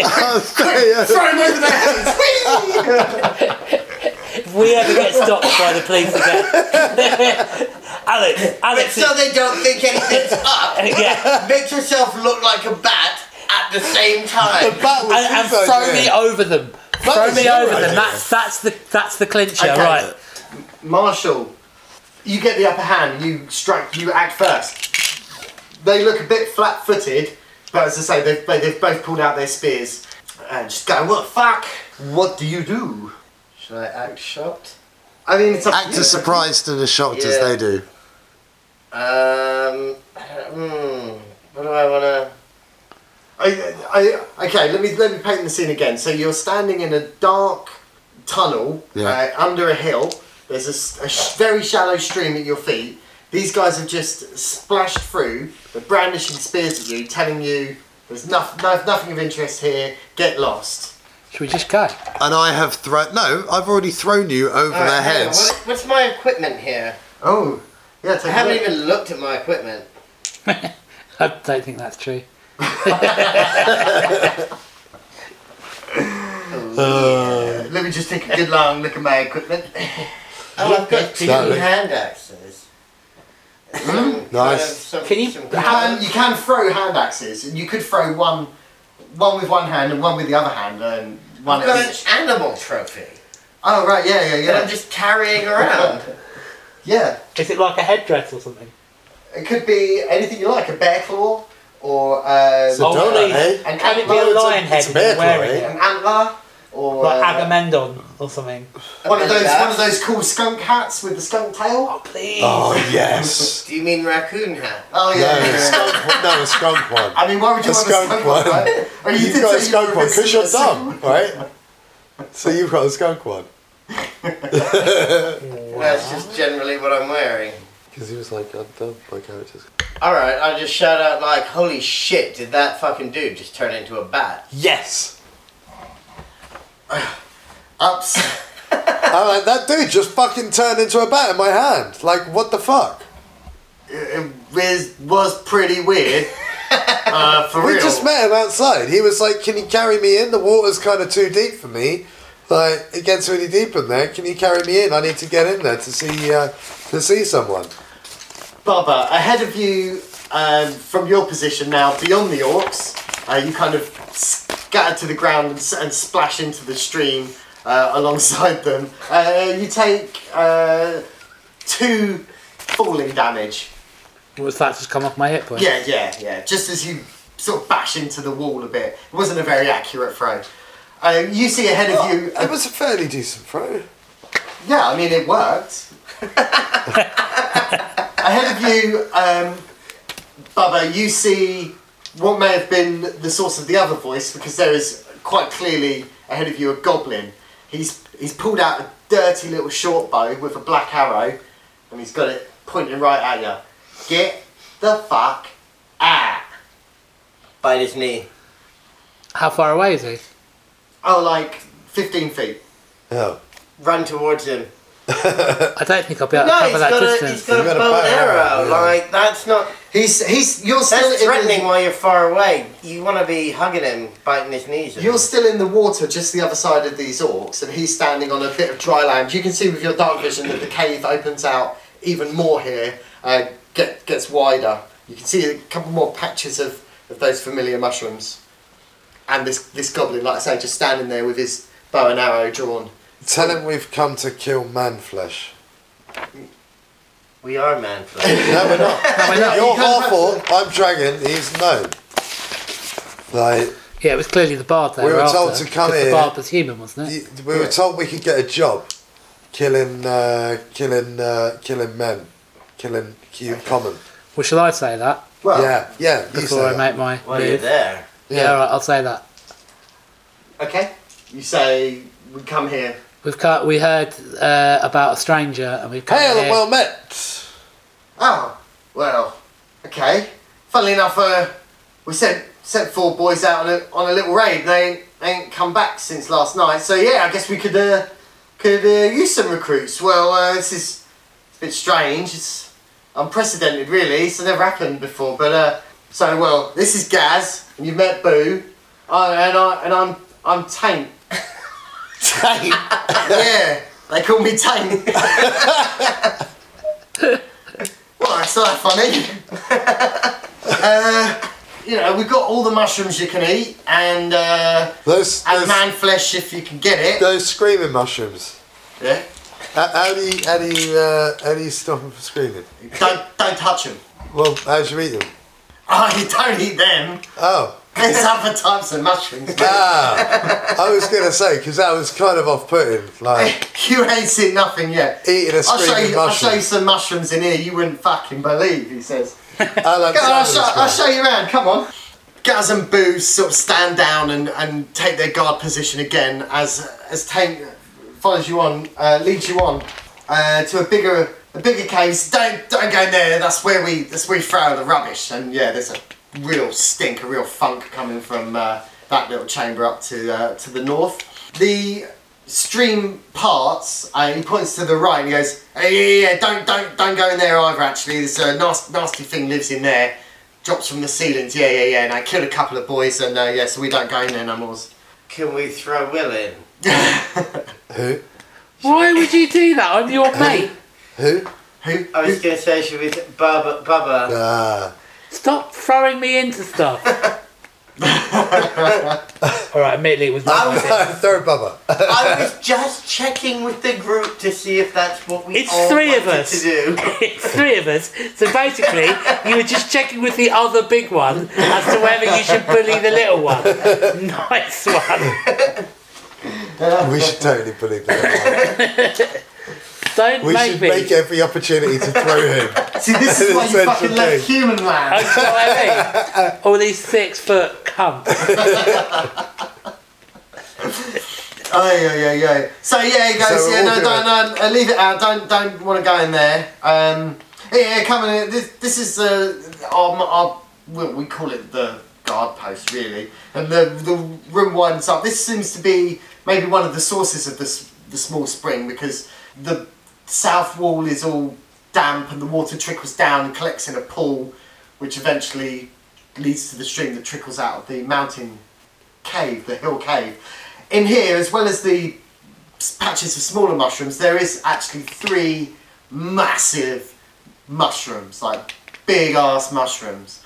C: I'll say, uh,
F: Throw him over their heads! Whee!
D: If we ever get stopped by the police again, Alex,
B: But
D: Alex,
B: so they don't think anything's up.
D: is, yeah,
B: Make yourself look like a bat at the same time.
C: that was
D: and, and
C: his
D: throw
C: idea.
D: me over them. Throw
C: is
D: me
C: your
D: over them.
C: idea.
D: That's that's the that's the clincher,
F: Okay.
D: right?
F: Marshall, you get the upper hand. You strike. You act first. They look a bit flat-footed, but as I say, they've, they- they've both pulled out their spears and just go. What the fuck? What do you do?
B: Should I act shocked?
F: I mean, it's up to
C: Act
F: you.
C: as surprised and as shocked as
B: Yeah.
C: they do.
F: Uh,
B: Um. Hmm. What do I wanna?
F: I, I, okay, let me let me paint the scene again. So you're standing in a dark tunnel
C: Yeah.
F: uh, under a hill. There's a s- a, sh- very shallow stream at your feet. These guys have just splashed through. They're brandishing spears at you, telling you there's noth- no, nothing of interest here. Get lost.
D: Should we just go?
C: And I have thrown. No, I've already thrown you over their
B: Alright, hang on,
C: heads.
B: what- what's my equipment here?
F: Oh, yeah. Take
B: I
F: a
B: haven't
F: look.
B: even looked at my equipment.
D: I don't think that's true.
F: Let me just take a good long look at my equipment.
B: Oh, I've got two
C: Exactly. Hmm?
B: hand axes. Some-
C: Nice.
B: some-
D: Can you-
B: some-
F: You can, you can throw hand axes, and you could throw one, one with one hand and one with the other hand, and one
B: I've
F: at
B: got
F: each.
B: an animal trophy
F: Oh right, yeah, yeah,
B: that I'm
F: yeah,
B: just carrying around.
F: yeah.
D: Is it like a headdress or something?
F: It could be anything you like, a bear claw or uh,
C: It's a donut,
D: really?
C: eh?
F: an
D: Can it be
F: antler,
D: a
C: it's a-
D: lion head?
C: it's a bear
D: if you're
C: claw,
D: wearing
C: eh?
D: it?
F: an antler, or
D: Like
F: uh,
D: Agamemnon or something.
F: one of
B: Like
F: those
B: that.
F: one of those cool skunk hats with the skunk tail.
D: Oh please!
C: Oh yes.
B: Do you mean raccoon hat?
F: Oh
C: No,
F: yeah. yeah,
C: a
F: yeah.
C: skunk one. No, a skunk one.
F: I mean, why would you
C: a
F: want
C: skunk
F: a skunk one?
C: one.
F: right? Oh, you
C: You've
F: did
C: got a
F: say you
C: skunk
F: were
C: one because you're
F: a skunk-
C: dumb, right? So you've got a skunk one.
B: That's just generally what I'm wearing.
C: Because he was like, I'm dumb. My character's.
B: Alright, I just shout out like, holy shit, did that fucking dude just turn into a bat?
C: Yes.
F: Ups.
C: I'm like, that dude just fucking turned into a bat in my hand. Like, what the fuck?
F: It was, was pretty weird. uh, for
C: We
F: real.
C: just met him outside. He was like, "Can you carry me in? The water's kind of too deep for me. Like, it gets really deep in there. Can you carry me in? I need to get in there to see uh, to see someone."
F: Baba, ahead of you, um, from your position now, beyond the orcs, uh, you kind of scatter to the ground and, s- and splash into the stream uh, alongside them. Uh, you take uh, two falling damage.
D: What's Oh. that just come off my hit point?
F: Yeah, yeah, yeah. Just as you sort of bash into the wall a bit. It wasn't a very accurate throw. Um, you see ahead of you.
C: it was a fairly decent throw.
F: Yeah, I mean, it worked. Ahead of you, um, Bubba, you see what may have been the source of the other voice because there is quite clearly ahead of you a goblin. He's he's pulled out a dirty little short bow with a black arrow, and he's got it pointing right at you. Get the fuck out! By his knee.
D: How far away is he?
F: Oh, like fifteen feet.
C: Oh,
F: Run towards him.
D: I don't think I'll be able to
F: No,
D: cover
F: he's
D: that
F: got, a, he's
D: distance.
F: got a
C: You've got a
F: bow and
C: bow and
F: arrow.
C: arrow, yeah.
F: Like, that's not.
H: He's he's you're still
B: That's
H: in the-
B: threatening while you're far away. You want to be hugging him, biting his knees. in.
H: You're still in the water just the other side of these orcs, and he's standing on a bit of dry land. You can see with your dark vision that the cave opens out even more here, uh, get, gets wider. You can see a couple more patches of, of those familiar mushrooms. And this, this goblin, like I say, just standing there with his bow and arrow drawn.
C: tell him we've come to kill man flesh.
B: We are man flesh.
C: No, we're not.
D: we're not.
C: You're half orc. I'm dragon. He's no. Like
D: Yeah, it was clearly the bard there.
C: We were told
D: after,
C: to come
D: 'cause The
C: here.
D: bard was human, wasn't it?
C: y- we were told, we could get a job, killing, uh, killing, uh, killing men, killing you common.
D: Well, shall I say that
F: Well,
C: yeah, yeah. you say
D: before I
C: that.
D: make my
B: While you're
D: move?
B: there.
D: Yeah, all right, I'll say that.
F: okay. You say, we come here.
D: We've cut, we heard uh, about a stranger and we've come
C: Hail and
D: here.
C: well met.
F: Oh, well, okay. Funnily enough, uh, we sent, sent four boys out on a, on a little raid. and They ain't, they ain't come back since last night. So, yeah, I guess we could uh, could uh, use some recruits. Well, uh, this is a bit strange. It's unprecedented, really. It's never happened before. But, uh, so, well, this is Gaz, and you've met Boo. Uh, and, I, and I'm, I'm Taint. Taint? yeah, they call me Taint. Well, that's not funny. uh, you know, we've got all the mushrooms you can eat, and uh,
C: Those,
F: and
C: those,
F: man flesh if you can get it.
C: those screaming mushrooms.
F: Yeah.
C: How, how do you, how do you, uh, how do you stop them from screaming?
F: Don't don't touch them.
C: Well, how do you eat them?
F: Oh, you don't eat them.
C: Oh,
F: There's other types of mushrooms. mate.
C: ah! I was gonna say because that was kind of off-putting, like
F: you ain't seen nothing yet.
C: eating a
F: I'll show,
C: screaming
F: you, I'll show you
C: mushroom.
F: some mushrooms in here you wouldn't fucking believe, he says.
C: I like
F: Go on, I'll show,
C: sound of
F: I'll
C: this
F: show you around, come on. Gaz and Boo sort of stand down and, and take their guard position again as as Tank follows you on, uh, leads you on uh, to a bigger a bigger case. Don't don't go in there. That's where we that's where we throw the rubbish. And yeah, there's a real stink, a real funk coming from uh, that little chamber up to uh, to the north. The stream parts and he points to the right and he goes, hey, yeah, yeah, don't don't don't go in there either. Actually, there's a nasty nasty thing lives in there. Drops from the ceilings. Yeah, yeah, yeah. And I killed a couple of boys and uh, yeah, so we don't go in there no more.
B: Can we throw Will in?
C: Who?
D: Why would you do that? I'm your mate.
C: Who?
F: Who?
B: I was going to say, should we... Th- Bubba, Bubba.
C: Ah,
D: Stop throwing me into stuff. all right, immediately it was
B: I
D: my
B: was,
C: third bubba.
B: I was just checking with the group to see if that's what we
D: It's
B: all
D: three of
B: wanted
D: us.
B: to do.
D: It's three of us. So basically, you were just checking with the other big one as to whether you should bully the little one. Nice one.
C: we should totally believe that.
D: Don't
C: We
D: make
C: should
D: me.
C: make every opportunity to throw him.
F: See, this is why you
C: Essential
F: fucking left
C: thing.
F: human land.
D: That's what I mean. All these six foot cunts.
F: Oh yeah, yeah, yeah. So yeah, he goes.
C: So we're
F: yeah, no,
C: walking
F: don't, no, uh, leave it out. Don't, don't want to go in there. Um, yeah, yeah, come on. This, this is uh, our, our we- we call it the guard post really, and the the room winds up. This seems to be maybe one of the sources of this the small spring because the south wall is all damp and the water trickles down and collects in a pool, which eventually leads to the stream that trickles out of the mountain cave, the hill cave. In here, as well as the s- patches of smaller mushrooms, there is actually three massive mushrooms, like big ass mushrooms.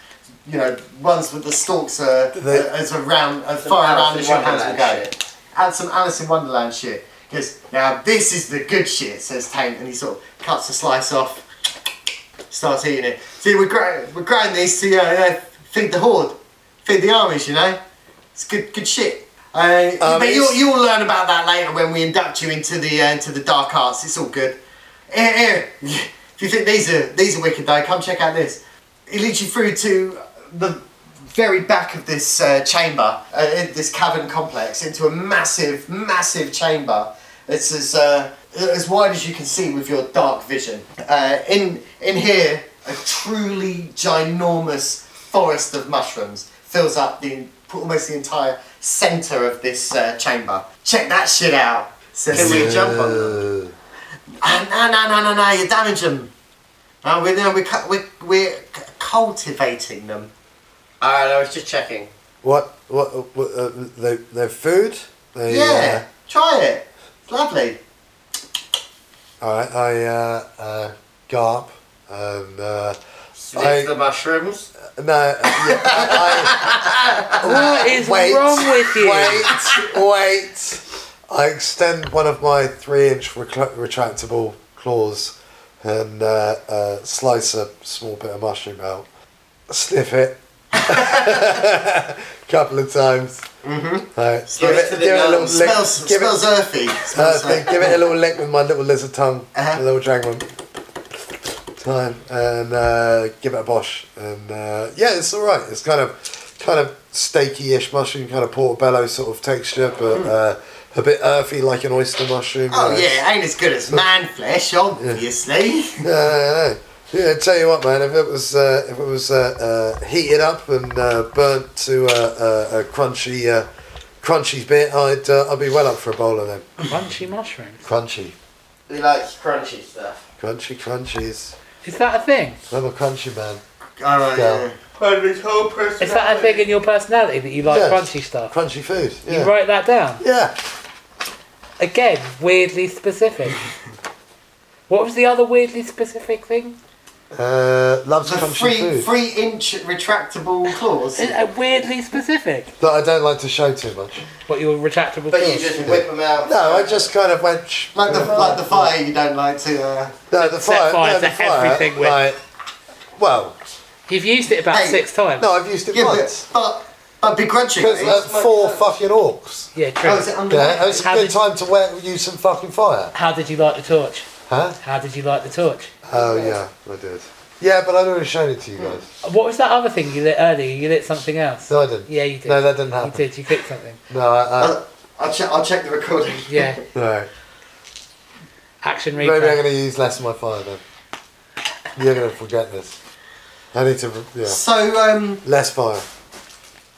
F: You know, ones with the stalks are
C: They-
F: as around as
B: Some
F: far around
B: Alice
F: as
B: in
F: your hands will
B: Wonderland
F: go.
B: shit.
F: Add some Alice in Wonderland shit. Because now this is the good shit, says Tank, and he sort of cuts a slice off, starts eating it. See, we're, grow- we're growing these to you know, feed the horde, feed the armies, you know? It's good, good shit. Uh, but
C: Armies?
F: you'll, you'll learn about that later when we induct you into the uh, into the dark arts. It's all good. Here, here. If Eh, you think these are these are wicked though, come check out this. It leads you through to the very back of this uh, chamber, uh, in this cavern complex, into a massive, massive chamber. It's as uh, as wide as you can see with your dark vision. Uh, in in here, a truly ginormous forest of mushrooms fills up the almost the entire centre of this uh, chamber. Check that shit out. says
B: Can we
F: Sir
B: jump on them?
F: Ah, no, no, no, no, no, you damage them. No, we're, no, we're, cu- we're, we're c- cultivating them.
B: Alright, I was just checking.
C: What? What? what uh, their, their food? uh, They,
F: yeah, try it. It's lovely.
C: Uh, all right. I uh, uh, garp and uh,
B: Sniff
C: I-
B: the mushrooms.
C: no. uh, yeah, I,
D: What is
C: wait,
D: wrong with you?
C: I, wait, wait. I extend one of my three-inch recl- retractable claws and uh, uh, slice a small bit of mushroom out. Sniff it. couple of times. Mm-hmm. give
B: it
C: it,
B: to the
C: give it a little
B: nose.
C: lick.
F: smells
C: give it-
F: smells earthy.
C: Uh,
F: Smells
C: so give it a little lick with my little lizard tongue,
F: Uh-huh.
C: a little dragon time, and uh, give it a bosh. And uh, yeah, it's all right. It's kind of kind of steaky-ish mushroom, kind of portobello sort of texture, but uh, a bit earthy like an oyster mushroom.
F: Hmm. Oh
C: uh,
F: yeah, it ain't as good as man flesh, obviously.
C: No, no, no. Yeah, I tell you what, man. If it was uh, if it was uh, uh, heated up and uh, burnt to uh, uh, a crunchy uh, crunchy bit, I'd uh, I'd be well up for a bowl of them.
D: Crunchy mushroom.
C: Crunchy,
B: He likes crunchy stuff.
C: crunchy, crunchies.
D: Is that a thing?
C: I'm a crunchy man.
F: All right.
C: Yeah.
F: yeah.
B: And his whole personality.
D: Is that a thing in your personality that you like
C: Yes.
D: crunchy stuff?
C: Crunchy food. Yeah.
D: You write that down.
C: Yeah.
D: Again, weirdly specific. what was the other weirdly specific thing?
C: Uh, loves
F: The
C: crunchy
F: three
C: food
F: three inch retractable claws.
D: Is it weirdly specific?
C: that I don't like to show too much.
D: What your retractable
B: But you
D: claws?
B: just whip them out.
C: No, I just kind of went. Shh.
F: Like the like the fire you don't like to. Uh,
C: no, the
D: Set
C: fire.
D: fire
C: no, the
D: to
C: fire.
D: everything with-
C: like, well,
D: You've used it about
F: Hey,
D: six times.
C: no, I've used it
F: yeah,
C: once.
F: but, but but begrudgingly.
C: Because uh, four fucking orcs.
D: Yeah, true.
F: oh, is it under?
C: Yeah, it was a
D: How
C: good
D: did-
C: time to wear, use some fucking fire.
D: How did you like the torch?
C: Huh?
D: How did you like the torch?
C: Oh yeah, I did. Yeah, but I'd already shown it to you guys.
D: What was that other thing you lit earlier? You lit something else.
C: No, I didn't.
D: Yeah, you did.
C: No, that didn't
D: you
C: happen.
D: did. You clicked something.
C: No, I. I
F: I'll, I'll check. I'll check the recording.
D: Yeah.
C: no.
D: Action replay.
C: Maybe I'm going to use less of my fire then. You're going to forget this. I need to. Yeah.
F: So um.
C: Less fire.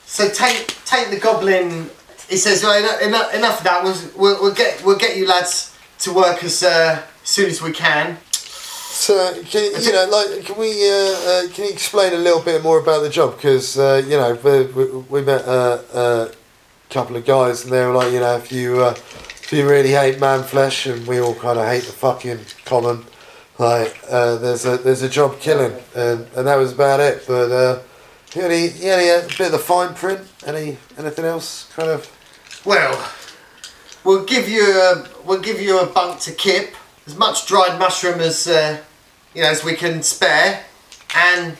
F: So take take the goblin. He says, "Well, enough, enough, enough of that. We'll, we'll, we'll get we'll get you lads to work as uh, soon as we can."
C: So, can, you know, like, can we, uh, uh, can you explain a little bit more about the job? Because, uh, you know, we, we, we met a uh, a couple of guys and they were like, you know, if you, uh, if you really hate man flesh and we all kind of hate the fucking common, like, uh, there's a, there's a job killing and, and that was about it. But, uh, you got any, you got any, uh, bit of the fine print? Any, anything else? Kind of,
F: Well, we'll give you a we'll give you a bunk to kip, as much dried mushroom as uh, you know as we can spare, and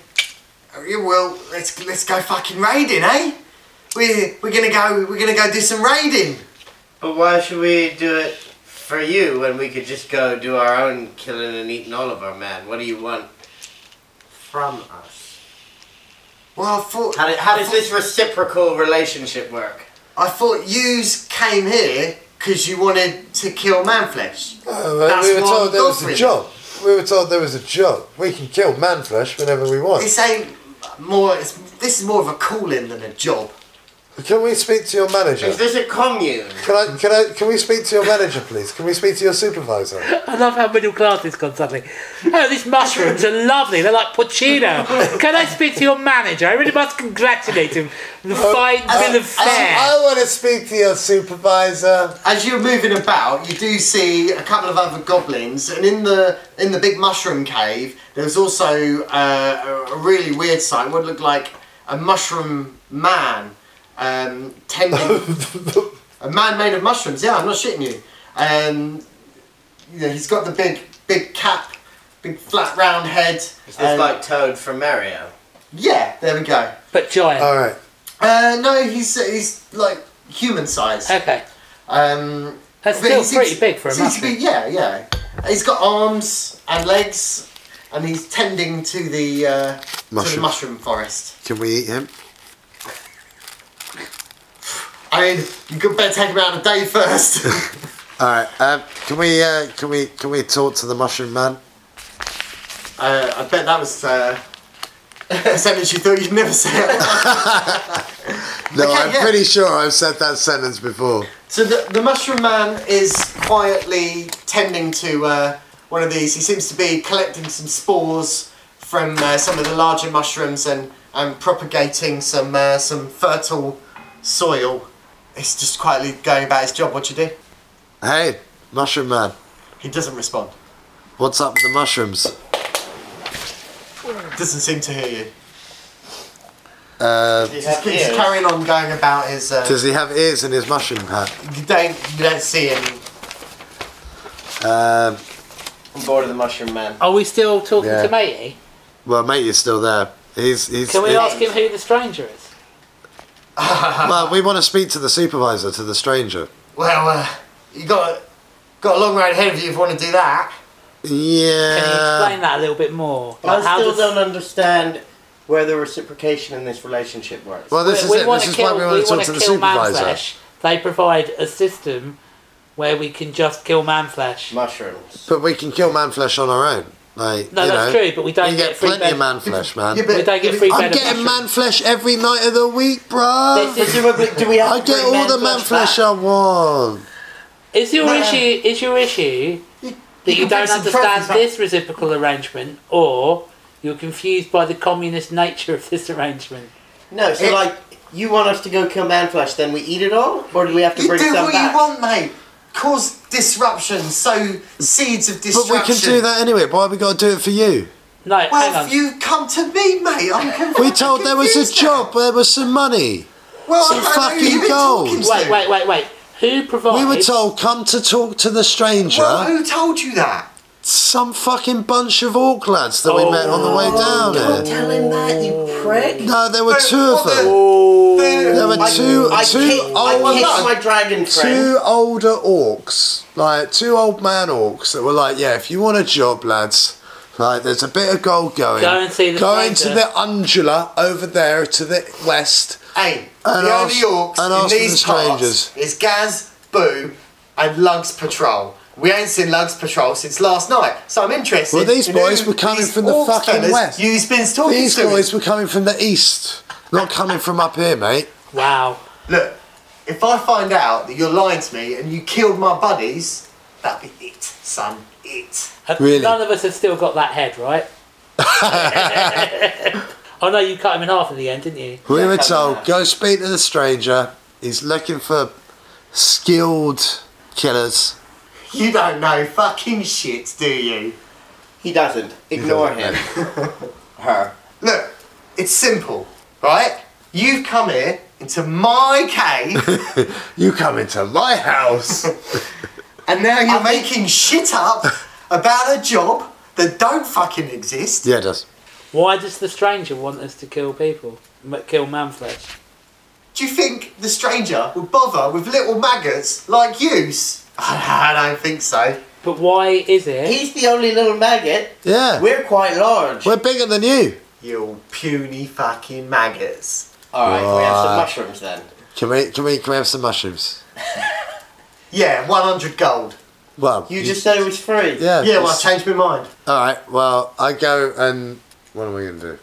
F: you will let's let's go fucking raiding, eh? We're we're gonna go we're gonna go do some raiding.
B: But why should we do it for you when we could just go do our own killing and eating all of our men? What do you want from us?
F: Well, I thought
B: How, do, how does this reciprocal relationship work?
F: I thought yous came here because you wanted to kill manflesh.
I: Uh,
C: Oh, well,
F: That's
C: we were
F: what
C: told
F: I'm
C: there was
F: going
C: a
F: with.
C: job. We were told there was a job. We can kill man flesh whenever we want.
F: This ain't more. It's, this is more of a calling than a job.
I: Can we speak to your manager?
B: Is this a commune?
I: Can I, can I, can we speak to your manager, please? Can we speak to your supervisor?
D: I love how middle class it's gone suddenly. Oh, these mushrooms are lovely. They're like Puccino. Can I speak to your manager? I really must congratulate him. on
C: Oh.
D: The fine bill of fare.
I: I want to speak to your supervisor.
F: As you're moving about, you do see a couple of other goblins, and in the in the big mushroom cave, there's also uh, a a really weird sight. What looked like a mushroom man um, tending a man made of mushrooms. Yeah, I'm not shitting you. Um, you know, he's got the big big cap, big flat round head.
B: Is
F: um,
B: this like Toad from Mario?
F: yeah, there we go.
D: But
C: Oh.
D: giant.
I: All right.
F: Uh, no, he's he's like human size.
D: okay.
F: Um,
D: That's
F: But
D: still
F: he
D: pretty
F: seems-
D: big for a
F: seems to be-
D: mushroom.
F: yeah, yeah. He's got arms and legs, and he's tending to the uh, to the
C: Mushroom.
F: mushroom forest.
C: Can we eat him?
F: I mean, you could better take him out in a day first.
C: All right. Um, can we? Uh, can we? Can we talk to the mushroom man?
F: uh, I bet that was uh, a sentence you thought you'd never say.
C: No,
F: Okay,
C: I'm
F: yeah.
C: pretty sure I've said that sentence before.
F: so the, the mushroom man is quietly tending to uh, one of these. He seems to be collecting some spores from uh, some of the larger mushrooms and, and propagating some uh, some fertile soil. He's just quietly going about his job. What you do?
C: Hey, mushroom man,
F: He doesn't respond.
C: what's up with the mushrooms?
F: Doesn't seem to hear you.
C: Uh,
B: Does he
F: He's,
B: have
F: he's
B: ears?
F: carrying on going about his. Uh,
C: does he have ears in his mushroom hat?
F: you don't you don't see him.
C: Um,
B: I'm bored of the Mushroom Man.
D: Are we still talking
C: Yeah.
D: to Matey?
C: well, mate, you're still there. He's he's.
D: Can we
C: he-
D: ask him who the stranger is?
C: Well, we want to speak to the supervisor, to the stranger.
F: Well, uh, you got got a long road ahead of you if you want to do that.
C: Yeah.
D: Can you
C: Uh,
D: explain that a little bit more?
B: I
D: Like, how
B: still
D: does-
B: don't understand where the reciprocation in this relationship works.
C: Well, this
D: we,
C: is
D: we
C: it.
D: wanna
C: This is
D: kill,
C: why we want to talk
D: wanna
C: to the
D: kill
C: supervisor.
D: Manflesh. They provide a system where we can just kill Manflesh.
B: Mushrooms.
C: But we can kill man flesh on our own. Like,
D: No,
C: you
D: that's
C: know,
D: true, but we don't
C: you
D: get
C: get
D: free
C: plenty
D: bed-
C: of man flesh, man.
F: Yeah,
D: We don't get free bed
C: I'm
D: of
C: getting
D: mushrooms.
C: man flesh every night of the week, bro.
D: This is-
B: Presumably, do we have
C: I
B: to
C: get
B: bring
C: all the man flesh
B: back?
C: I want.
D: Is your
F: No, no.
D: issue is your issue that you,
F: can bring
D: don't
F: some
D: understand
F: trophies back.
D: this reciprocal arrangement, or you're confused by the communist nature of this arrangement?
B: No, so
F: It-
B: like, you want us to go kill Man Flesh, then we eat it all? Or do we have to
F: You
B: bring
F: do
B: some
F: what
B: back?
F: you want, mate. Cause disruption, sow seeds of
C: But
F: disruption.
C: we can do that anyway. Why we got to do it for you?
D: No, hang
F: Well,
D: on.
F: if you come to me, mate, I'm confused.
C: We told there was a job, there was some money.
F: Well,
C: some
F: I don't know who you've
C: fucking
F: been
C: gold.
F: talking to.
D: wait, wait, wait, wait. Who provides?
C: We were told come to talk to the stranger.
F: Well, who told you that?
C: Some fucking bunch of orc lads that
B: Oh.
C: we met on the way down
B: Don't
C: here.
B: tell him that, you prick.
C: No, there were
F: No,
C: two of
F: well,
C: them. There were two,
B: Oh. I
C: two
B: kick, I
C: old,
B: kick my dragon friend.
C: two older orcs, like two old man orcs that were like, yeah, if you want a job, lads, like there's a bit of gold going.
D: Go and see the
C: Going to
D: stranger."
C: the undula over there to the west.
F: Hey,
C: And
F: the
C: ask-
F: only
C: and
F: orcs in
C: ask for
F: these
C: the strangers.
F: parts is Gaz, Boo, and Lugs Patrol. We ain't seen Lugs Patrol since last night, so I'm interested.
C: Well, these
F: in who
C: boys were coming
F: these
C: from the
F: orc
C: fucking
F: fellas
C: west.
F: You've been talking
C: These
F: to
C: boys were coming from the east, not coming from up here, mate.
D: Wow.
F: Look, if I find out that you're lying to me and you killed my buddies, that'll be it, son. It.
D: Have-
C: Really?
D: None of us have still got that head, right? oh no, you cut him in half in the end, didn't you?
C: We were told go speak to the stranger. He's looking for skilled killers.
F: You don't know fucking shit, do you?
B: He doesn't. Ignore him. Her.
F: Look, it's simple, right? You've come here into my cave
C: You come into my house.
F: and now you're making shit up about a job that don't fucking exist.
C: yeah, it does.
D: Why does the stranger want us to kill people? M- Kill Manflesh?
F: Do you think the stranger would bother with little maggots like you? I don't think so.
D: But why is it?
B: He's the only little maggot.
C: Yeah, we're,
B: We're quite large.
C: bigger than you.
F: You puny fucking maggots.
B: Alright, can we have some
C: Right.
B: mushrooms then.
C: Can we? Can we? Can we have some mushrooms?
F: Yeah, 100 gold.
C: Well,
B: You just said it was free.
C: yeah.
F: Yeah, well, I
C: it's-
F: changed my mind.
C: all right. Well, I go and what am I going to do?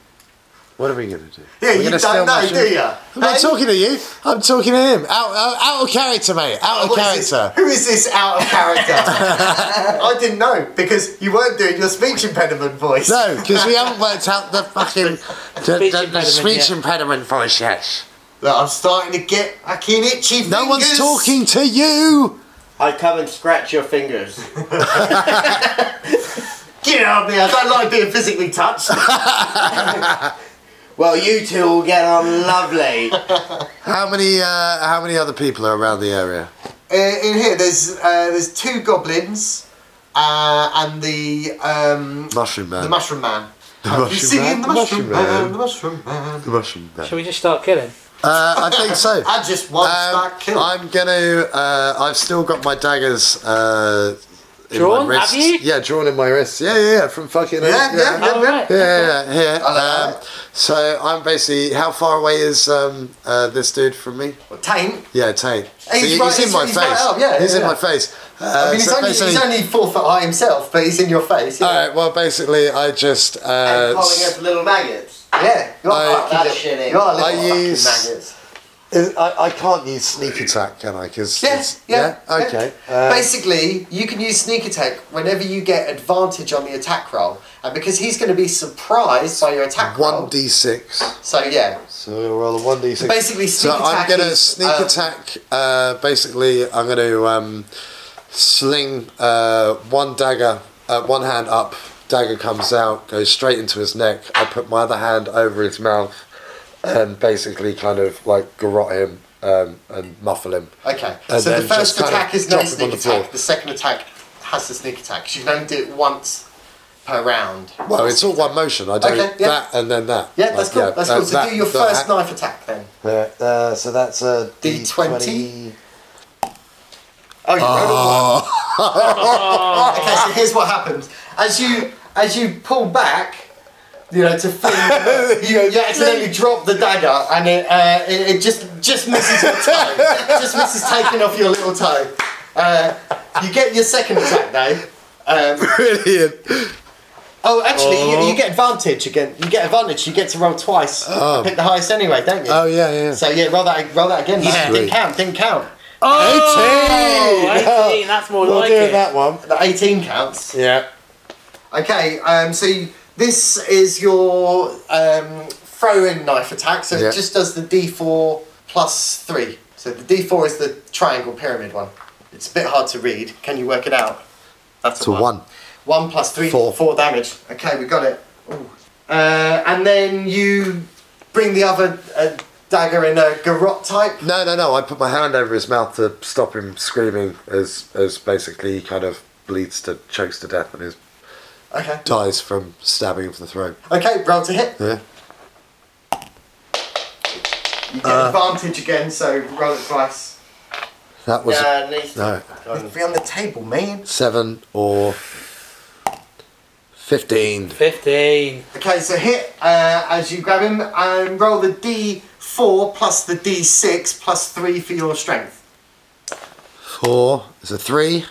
J: What are we going to do? We're
F: Yeah, you
J: gonna steal
F: don't know,
J: mushroom?
F: do you?
C: I'm not talking to you. I'm talking to him. Out, out, out of character, mate. Out of
F: Oh, What is this?
C: character.
F: Who is this out of character? I didn't know because you weren't doing your speech impediment voice.
C: No, because we haven't worked out the fucking the,
D: Speech
C: the, the
D: impediment
C: speech
D: yet.
C: impediment voice yet.
F: Look, I'm starting to get fucking itchy.
C: No one's
F: fingers.
C: talking to you.
B: I come and scratch your fingers.
F: Get out of here! I don't like being physically touched.
B: Well, you two will get on lovely.
C: How many? Uh, how many other people are around the area?
F: Uh, in here, there's uh, there's two goblins uh, and the um,
C: Mushroom man.
F: the mushroom man.
C: mushroom
F: He's singing
C: man,
F: the
C: the mushroom
F: mushroom, man,
C: man.
F: the mushroom man.
C: the mushroom man.
D: Shall we just start killing?
C: Uh, I think so.
F: I just want
C: Um,
F: that kill.
C: I'm gonna. Uh, I've still got my daggers. Uh, in
D: Drawn?
C: my wrists.
D: Have you?
C: Yeah, drawn in my wrists. Yeah, yeah, yeah. From fucking.
F: yeah, yeah, yeah.
D: All right.
C: Yeah, yeah, yeah. yeah.
F: I like
C: Um, so I'm basically, how far away is um, uh, this dude from me?
F: Taint.
C: Yeah, Tate. So
F: He's
C: he-
F: right-
C: he's in
F: he's-
C: my
F: he's
C: face.
F: right up, yeah,
C: he's
F: yeah,
C: in
F: yeah.
C: my face. Uh,
F: I mean, he's,
C: so
F: only, he's
C: basically-
F: only four foot high himself, but he's in your face. Yeah,
C: all right. Well, basically, I just uh,
B: and calling us little maggots.
F: yeah. You are
C: I-
F: fucking
B: That
F: little-
B: shit ain't-
F: You are
C: I
F: little fucking
C: use-
F: maggots.
C: is- I, I can't use sneak attack, can I? Because
F: Yes. Yeah, yeah.
C: Okay. uh,
F: Basically, you can use sneak attack whenever you get advantage on the attack roll, and because he's going to be surprised by your attack roll.
C: Uh, One d six.
F: so yeah,
C: So we'll roll a one d six.
F: Basically, sneak
C: so I'm
F: attack
C: gonna
F: is,
C: sneak
F: um,
C: attack. Uh, basically, I'm gonna um, sling uh, one dagger, uh, one hand up. Dagger comes out, goes straight into his neck. I put my other hand over his mouth, and basically kind of like garrot him um, and muffle him.
F: okay.
C: And
F: so the
C: then just
F: first
C: kinda
F: attack is
C: drop
F: no
C: him on
F: sneak
C: the floor.
F: attack. The second attack has the sneak attack. So you can only do it once per round.
C: Well, it's all one motion. I do
F: Okay, yeah.
C: that and then that.
F: Yeah,
C: Like,
F: that's cool. that's
C: uh,
F: cool. So
C: that-
F: do your
C: that
F: first
C: ha-
F: knife attack then.
C: Yeah, uh, so that's a
F: D20.
C: D20.
F: Oh, you rolled a one. okay, so here's what happens. As you as you pull back, you know, to flee, you, you accidentally drop the dagger, and it, uh, it, it just just misses your toe. just misses taking off your little toe. Uh, you get your second attack though. Um,
C: Brilliant.
F: oh, actually, you, you get advantage again. You get advantage. You get to roll twice. Pick the highest anyway, don't you?
C: Oh, yeah, yeah.
F: So yeah, roll that, roll that again.
D: Yeah.
F: That Didn't count. Didn't count.
D: Oh,
C: 18!
D: 18, that's more
C: We'll
D: like
C: do
D: it.
C: that one.
F: The eighteen counts.
C: Yeah.
F: Okay. Um. So you, this is your um throw-in knife attack. So
C: Yeah.
F: it just does the D four plus three. So the D four is the triangle pyramid one. It's a bit hard to read. Can you work it out? That's
C: It's a one.
F: One plus three,
C: Four.
F: four damage. Okay, we got it. Ooh. Uh, and then you bring the other uh, dagger in a garrote type.
C: No, no, no. I put my hand over his mouth to stop him screaming as, as basically he kind of bleeds to chokes to death and is
F: Okay.
C: dies from stabbing him from the throat.
F: Okay, roll to hit.
C: Yeah.
F: You get advantage again, so roll it twice.
C: That was
B: Yeah, at least.
C: no
F: Be on the table, man.
C: seven or fifteen.
D: 15.
F: Okay, so hit uh, as you grab him and roll the d4 plus the d6 plus 3 for your strength.
C: Four is a three.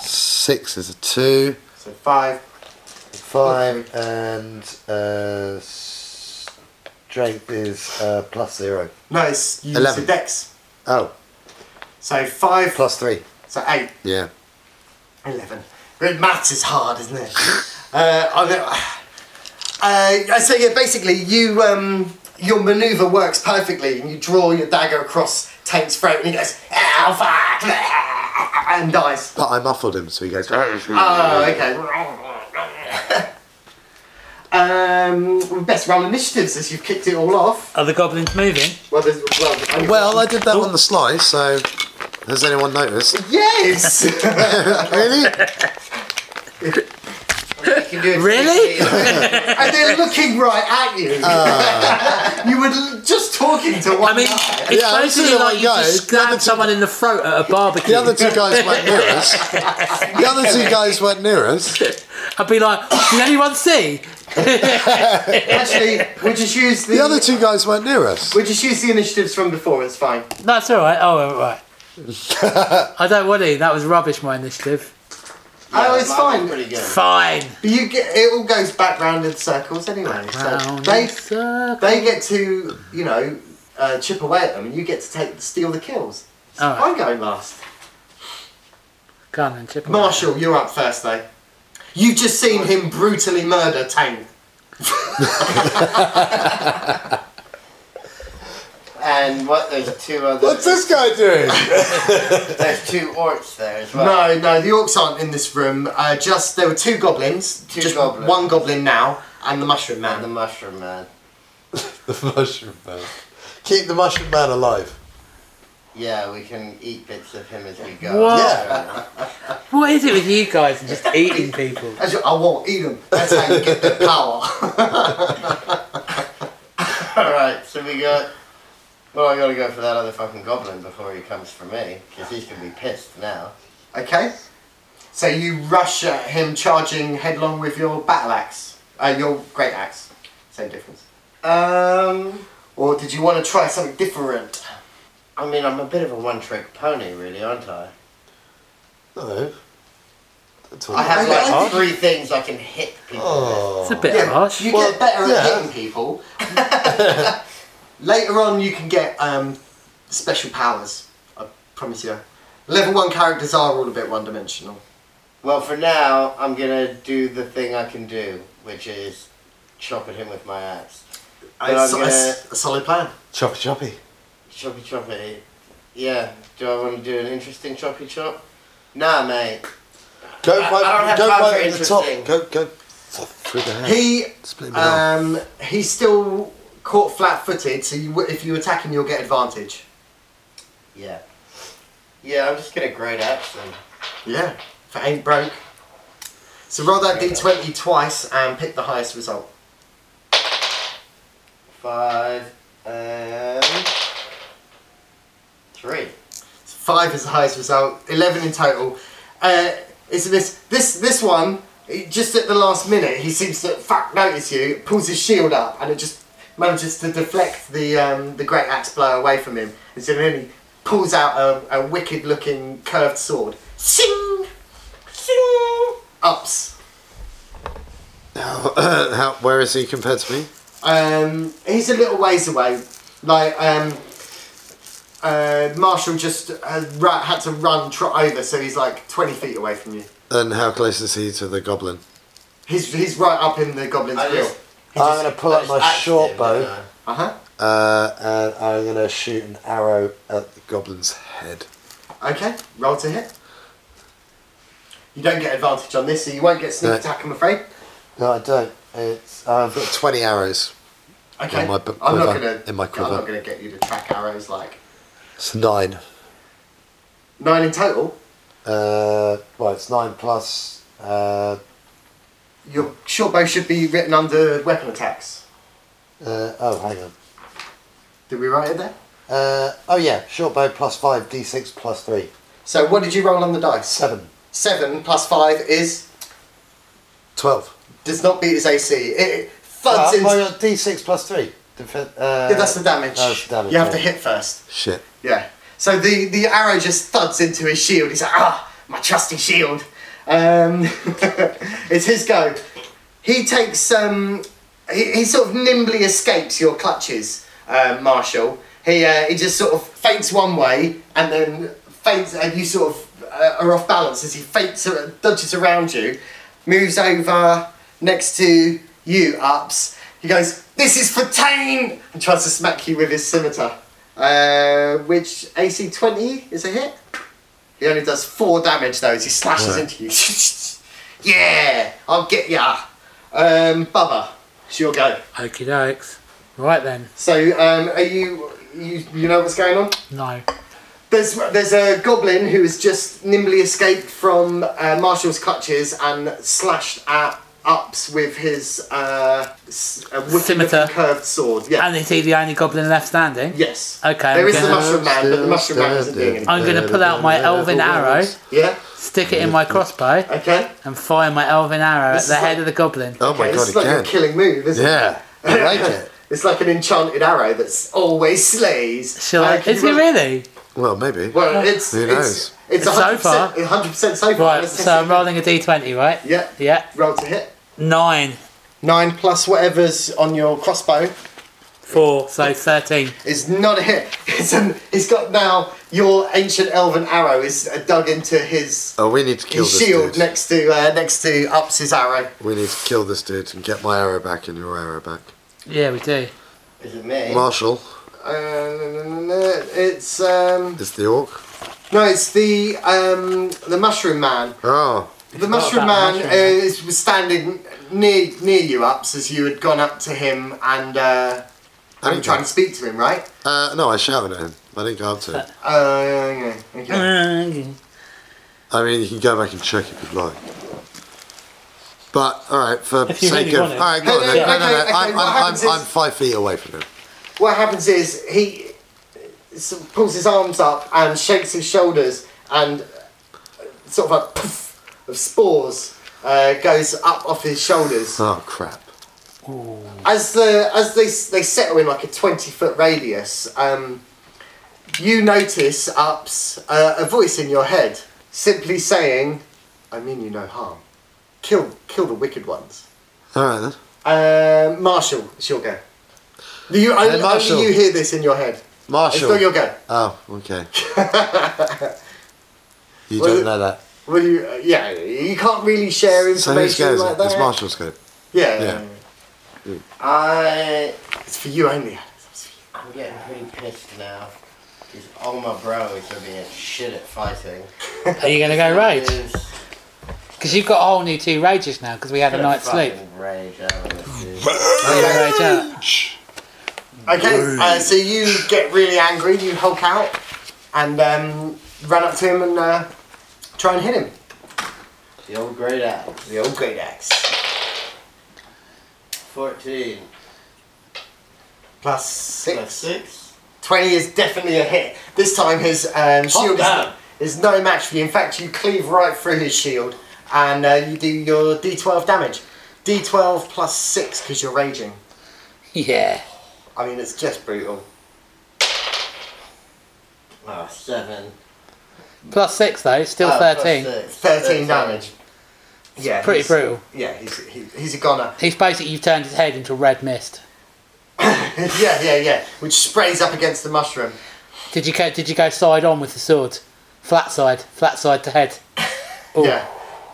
C: Six is a two.
F: So 5.
C: Five and uh, strength is uh, plus zero.
F: Nice. You use
C: Eleven.
F: the dex.
C: Oh,
F: So 5
C: plus three.
F: So 8.
C: Yeah.
F: 11. But maths is hard, isn't it? uh, I'm gonna- uh, so yeah, basically you um, your manoeuvre works perfectly, and you draw your dagger across Taint's throat, and he goes, "Ow, fuck!" and dies.
C: But I muffled him, so he goes.
F: Oh, okay. um, we best roll initiatives as you've kicked it all off.
D: Are the goblins moving?
F: Well, there's well. only-
C: Well, I did that on the sly, so has anyone noticed?
F: yes.
C: really?
B: You can do it
D: Really?
B: quickly.
F: and they're looking right at you. you were l- just talking to one
D: I mean,
F: guy.
D: it's
C: Yeah, I've seen
D: basically
C: it
D: like
C: like
D: you
C: guys.
D: just stabbed someone in the throat at a barbecue.
C: The other two guys weren't near us. The other two guys weren't near us.
D: I'd be like, did anyone see?
F: Actually, we just use the,
C: The other two guys weren't near us.
F: We just use the initiatives from before. It's fine.
D: That's all right. Oh, all right. I don't want to. That was rubbish, my initiative.
F: oh, it's fine.
B: Pretty good.
D: Fine.
F: But you get it all goes back round in circles anyway. So
D: Round
F: they
D: and circle.
F: they get to you know uh, chip away at them, and you get to take steal the kills.
D: All right.
F: I'm going last.
D: Go on then, chip away.
F: Marshall, you're up first though. You've just seen him brutally murder Tang.
B: And what? There's two other.
I: What's this guy doing?
B: There's two orcs there as well.
F: No, no, the orcs aren't in this room. Uh, just there were two goblins.
B: Two
F: just
B: goblins.
F: One goblin now, and the mushroom man.
B: And the mushroom man.
I: the mushroom man. Keep the mushroom man alive.
B: Yeah, we can eat bits of him as we go.
C: Oh.
D: What?
B: Yeah.
D: What is it with you guys and just eating people?
F: As you, oh, I won't eat them. That's how you get the power.
B: All right. So we got. Well, I gotta go for that other fucking goblin before he comes for me, because he's gonna be pissed now.
F: Okay. So you rush at him, charging headlong with your battle axe, uh, your great axe. Same difference.
B: Um.
F: Or did you want to try something different?
B: I mean, I'm a bit of a one-trick pony, really, aren't I?
I: No. That's all
B: I have
F: I
B: like
F: like-
B: three things I can hit people
C: Oh.
D: It's a bit
F: Yeah,
D: harsh.
F: you
I: Well,
F: get better
I: yeah.
F: at hitting people. Later on, you can get um, special powers. I promise you. Level one characters are all a bit one-dimensional.
B: with. Well, for now, I'm gonna do the thing I can do, which is chop at him with my axe. But I'm
F: It's a,
B: gonna-
F: it's a solid plan.
I: Choppy choppy.
B: Choppy choppy. Yeah. Do I want to do an interesting choppy chop? Nah, mate.
I: Go
B: I-
I: by,
B: I don't have
I: go
B: time
I: by
B: for
I: at the top.
B: interesting.
I: Go go through the head.
F: He
I: Split him in half.
F: um, he's still caught flat-footed, so you, w- if you attack him, you'll get advantage.
B: Yeah. Yeah, I'm just gonna great axe then.
F: Yeah, if it ain't broke. So roll that d20 twice and pick the highest result.
B: Five and three.
F: Five is the highest result. Eleven in total. Uh, it's this this this one. it- Just at the last minute, he seems to fuck notice you. Pulls his shield up and it just manages to deflect the um, the great axe blow away from him. And so then he pulls out a, a wicked looking curved sword. Sing, sing. Ups.
B: Uh,
I: How, where is he compared to me?
F: Um, he's a little ways away. Like um, uh, Marshall just uh, ra- had to run trot over, so he's like twenty feet away from you.
I: And how close is he to the goblin?
F: He's he's right up in the goblin's
B: I
F: grill.
B: just-
I: I'm going to pull
B: I just axed him, didn't I?
F: Uh huh.
I: uh, and I'm going to shoot an arrow at the goblin's head.
F: Okay. Roll to hit. You don't get advantage on this, so you won't get sneak
I: No.
F: attack. I'm afraid.
I: No, I don't. It's um, I've got 20 arrows.
F: Okay.
I: In my b-
F: I'm not
I: quiver,
F: gonna.
I: in my
F: I'm
I: quiver.
F: not gonna get you to track arrows like
I: It's nine.
F: nine in total.
I: Uh, well, it's nine plus. Uh,
F: Your shortbow should be written under weapon attacks.
I: uh, oh, hang on.
F: Did we write it there?
I: Uh, oh yeah, short bow plus five, d6 plus three,
F: So what did you roll on the dice?
I: seven.
F: Seven plus five is
I: Twelve.
F: does not beat his AC. It
I: Oh,
F: thuds
I: well,
F: into.
I: d6 plus three. Def- uh,
F: Yeah, that's the damage.
I: that's the damage,
F: You have
I: yeah.
F: to hit first.
I: Shit.
F: Yeah. So the the arrow just thuds into his shield. He's like, ah, my trusty shield. Um, it's his go. He takes um, he, he sort of nimbly escapes your clutches, uh, Marshall. He uh, he just sort of faints one way and then faints, and you sort of uh, are off balance as he faints, uh, dodges around you, moves over next to you, ups. He goes, "This is for Tane," and tries to smack you with his scimitar, uh, which AC twenty is a hit. He only does four damage though as he slashes into you. yeah, I'll get ya. Um, Bubba, it's your go.
D: Okie dokes. Right then.
F: So, um, are you, you you know what's going on?
D: No.
F: There's there's a goblin who has just nimbly escaped from uh, Marshall's clutches and slashed at ups with his uh, s- a wicked
D: Scimitar.
F: looking curved sword. Yeah.
D: And is he the Oh. only goblin left standing?
F: yes.
D: Okay,
F: There
D: I'm
F: is the
D: gonna-
F: mushroom man, but the mushroom man isn't doing anything.
D: I'm going to pull out my elven arrow,
F: Yeah.
D: stick it in my crossbow,
F: Okay.
D: and fire my elven arrow at
F: This
D: the
F: is
D: head
F: like-
D: of the goblin.
I: Oh
F: okay,
I: my
F: this
I: god,
F: is like a
I: again.
F: killing move, isn't it?
I: Yeah, I like it.
F: It's like an enchanted arrow that's always slays.
D: Shall I?
F: Uh, can
D: Is
F: you
D: he
F: roll-
D: really?
I: Well, maybe.
F: Well, it's
I: Who knows?
F: it's it's
D: So
F: 100
D: far.
F: percent 100 percent so far.
D: Right,
F: Let's
D: so I'm rolling a d20, right?
F: Yeah,
D: Yeah.
F: roll to hit.
D: Nine,
A: Nine plus whatever's on your crossbow
D: four, so 13.
F: It's not a hit. It's an, it's got now your ancient elven arrow is uh, dug into his
C: Oh, we need to kill
F: his
C: this
F: shield
C: dude.
F: next to uh, next to Ups's arrow.
C: We need to kill this dude and get my arrow back and your arrow back.
D: Yeah, we do.
B: Is it me?
C: Marshall
F: Uh, no, no, no, no, it's um
C: is the orc.
F: no, it's the um the mushroom man.
C: Oh,
F: The mushroom
D: about
F: man
D: mushroom
F: uh, is, was standing near near you, Ups, as you had gone up to him and uh,
C: I
F: and
C: didn't
F: trying
C: go-
F: to speak to him, right?
C: uh, no, I shouted at him. I didn't go up to him.
F: Uh, okay, okay.
D: Uh.
F: Uh,
C: I mean, you can go back and check if you'd like. But all right, for
D: If you
C: sake
D: really
C: of all
D: want it.
C: right, go on.
F: No,
C: then.
F: no,
C: No, no, no.
F: okay, okay,
C: I'm,
F: what
C: I'm, I'm,
F: happens
C: I'm
F: is-
C: five feet away from him.
F: what happens is he s- pulls his arms up and shakes his shoulders and sort of a poof of spores uh, goes up off his shoulders
C: Oh crap!
F: as the as they s- they settle in like a twenty foot radius. Um, you notice ups uh, a voice in your head simply saying, "I mean you no harm. Kill kill the wicked ones."
C: All right then,
F: Uh, Marshall, it's your go. You only,
C: Marshall.
F: only you hear this in your head. It's
C: Marshall.
F: not your go.
C: Oh, okay. you
F: Well,
C: don't know that.
F: Well, you, uh, yeah, you can't really share
C: So whose
F: information
C: go is
F: like
C: it?
F: that.
C: It's Marshall's go.
F: Yeah,
C: Yeah.
B: I
F: it's for you only. Alex, it's for
B: I'm getting pretty pissed now. Because all my bros are being shit at fighting.
D: Are you going to go rage?
B: It's
D: Because you've got a whole new two rages now, because we had a night's sleep.
B: fucking Rage out of this dude.
D: Are you gonna rage out?
F: you. Okay, uh, so you get really angry, you hulk out, and um, run up to him and uh, try and hit him.
B: The old great axe.
F: The old great axe.
B: 14.
F: Plus six.
B: Plus 6.
F: 20 is definitely a hit. This time his um, shield
B: damn.
F: is, is no match for you. In fact, you cleave right through his shield and uh, you do your d12 damage. d12 plus 6 because you're raging.
D: Yeah.
F: I mean, it's just brutal.
B: Oh, 7.
D: Plus six, though, still
B: Oh, plus
D: 13.
B: six.
F: 13 damage. Yeah,
D: Pretty
F: he's-
D: brutal.
F: Yeah, he's, he, he's a goner.
D: He's basically, you've turned his head into red mist.
F: yeah, yeah, yeah. Which sprays up against the mushroom.
D: Did you go, did you go side on with the sword? Flat side, flat side to head. Ooh.
F: Yeah.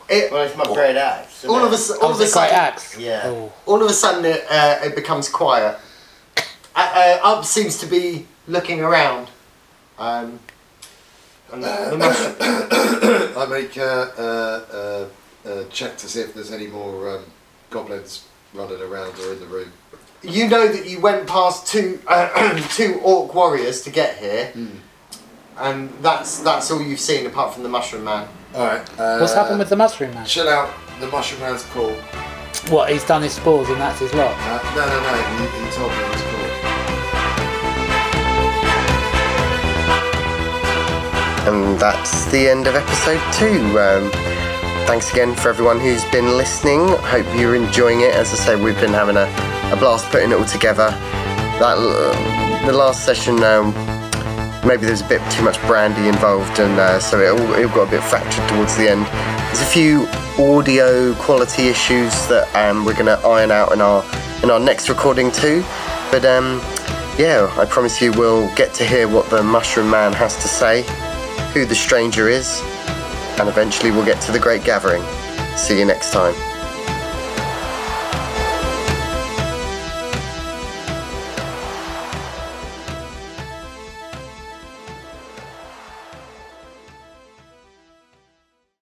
F: It,
B: Well, it's my great axe. so
F: all of a
B: that's-
F: s- all
D: Oh, is
F: of a
D: it great
F: sudden,
D: axe?
B: Yeah.
D: Ooh.
F: all of a sudden, it, uh, it becomes quiet. Uh, uh, Up seems to be looking around. Um, and the mushroom-
C: I make a uh, uh, uh, check to see if there's any more um, goblins running around or in the room.
F: you know that you went past two uh, two orc warriors to get here, and that's that's all you've seen apart from the mushroom man.
C: All right. Uh,
D: What's happened with the mushroom man?
C: Chill out. The mushroom man's cool.
D: What, he's done his spores and that's his lot.
C: Uh, no, no, no. He, he told me it was cool.
A: And that's the end of episode two. Um, thanks again for everyone who's been listening. Hope you're enjoying it. As I say, we've been having a, a blast putting it all together. That l- the last session, um, maybe there's a bit too much brandy involved, and uh, so it all, it all got a bit fractured towards the end. There's a few audio quality issues that um, we're going to iron out in our in our next recording too. But um, yeah, I promise you we'll get to hear what the Mushroom Man has to say who the stranger is, and eventually we'll get to the Great Gathering. See you next time.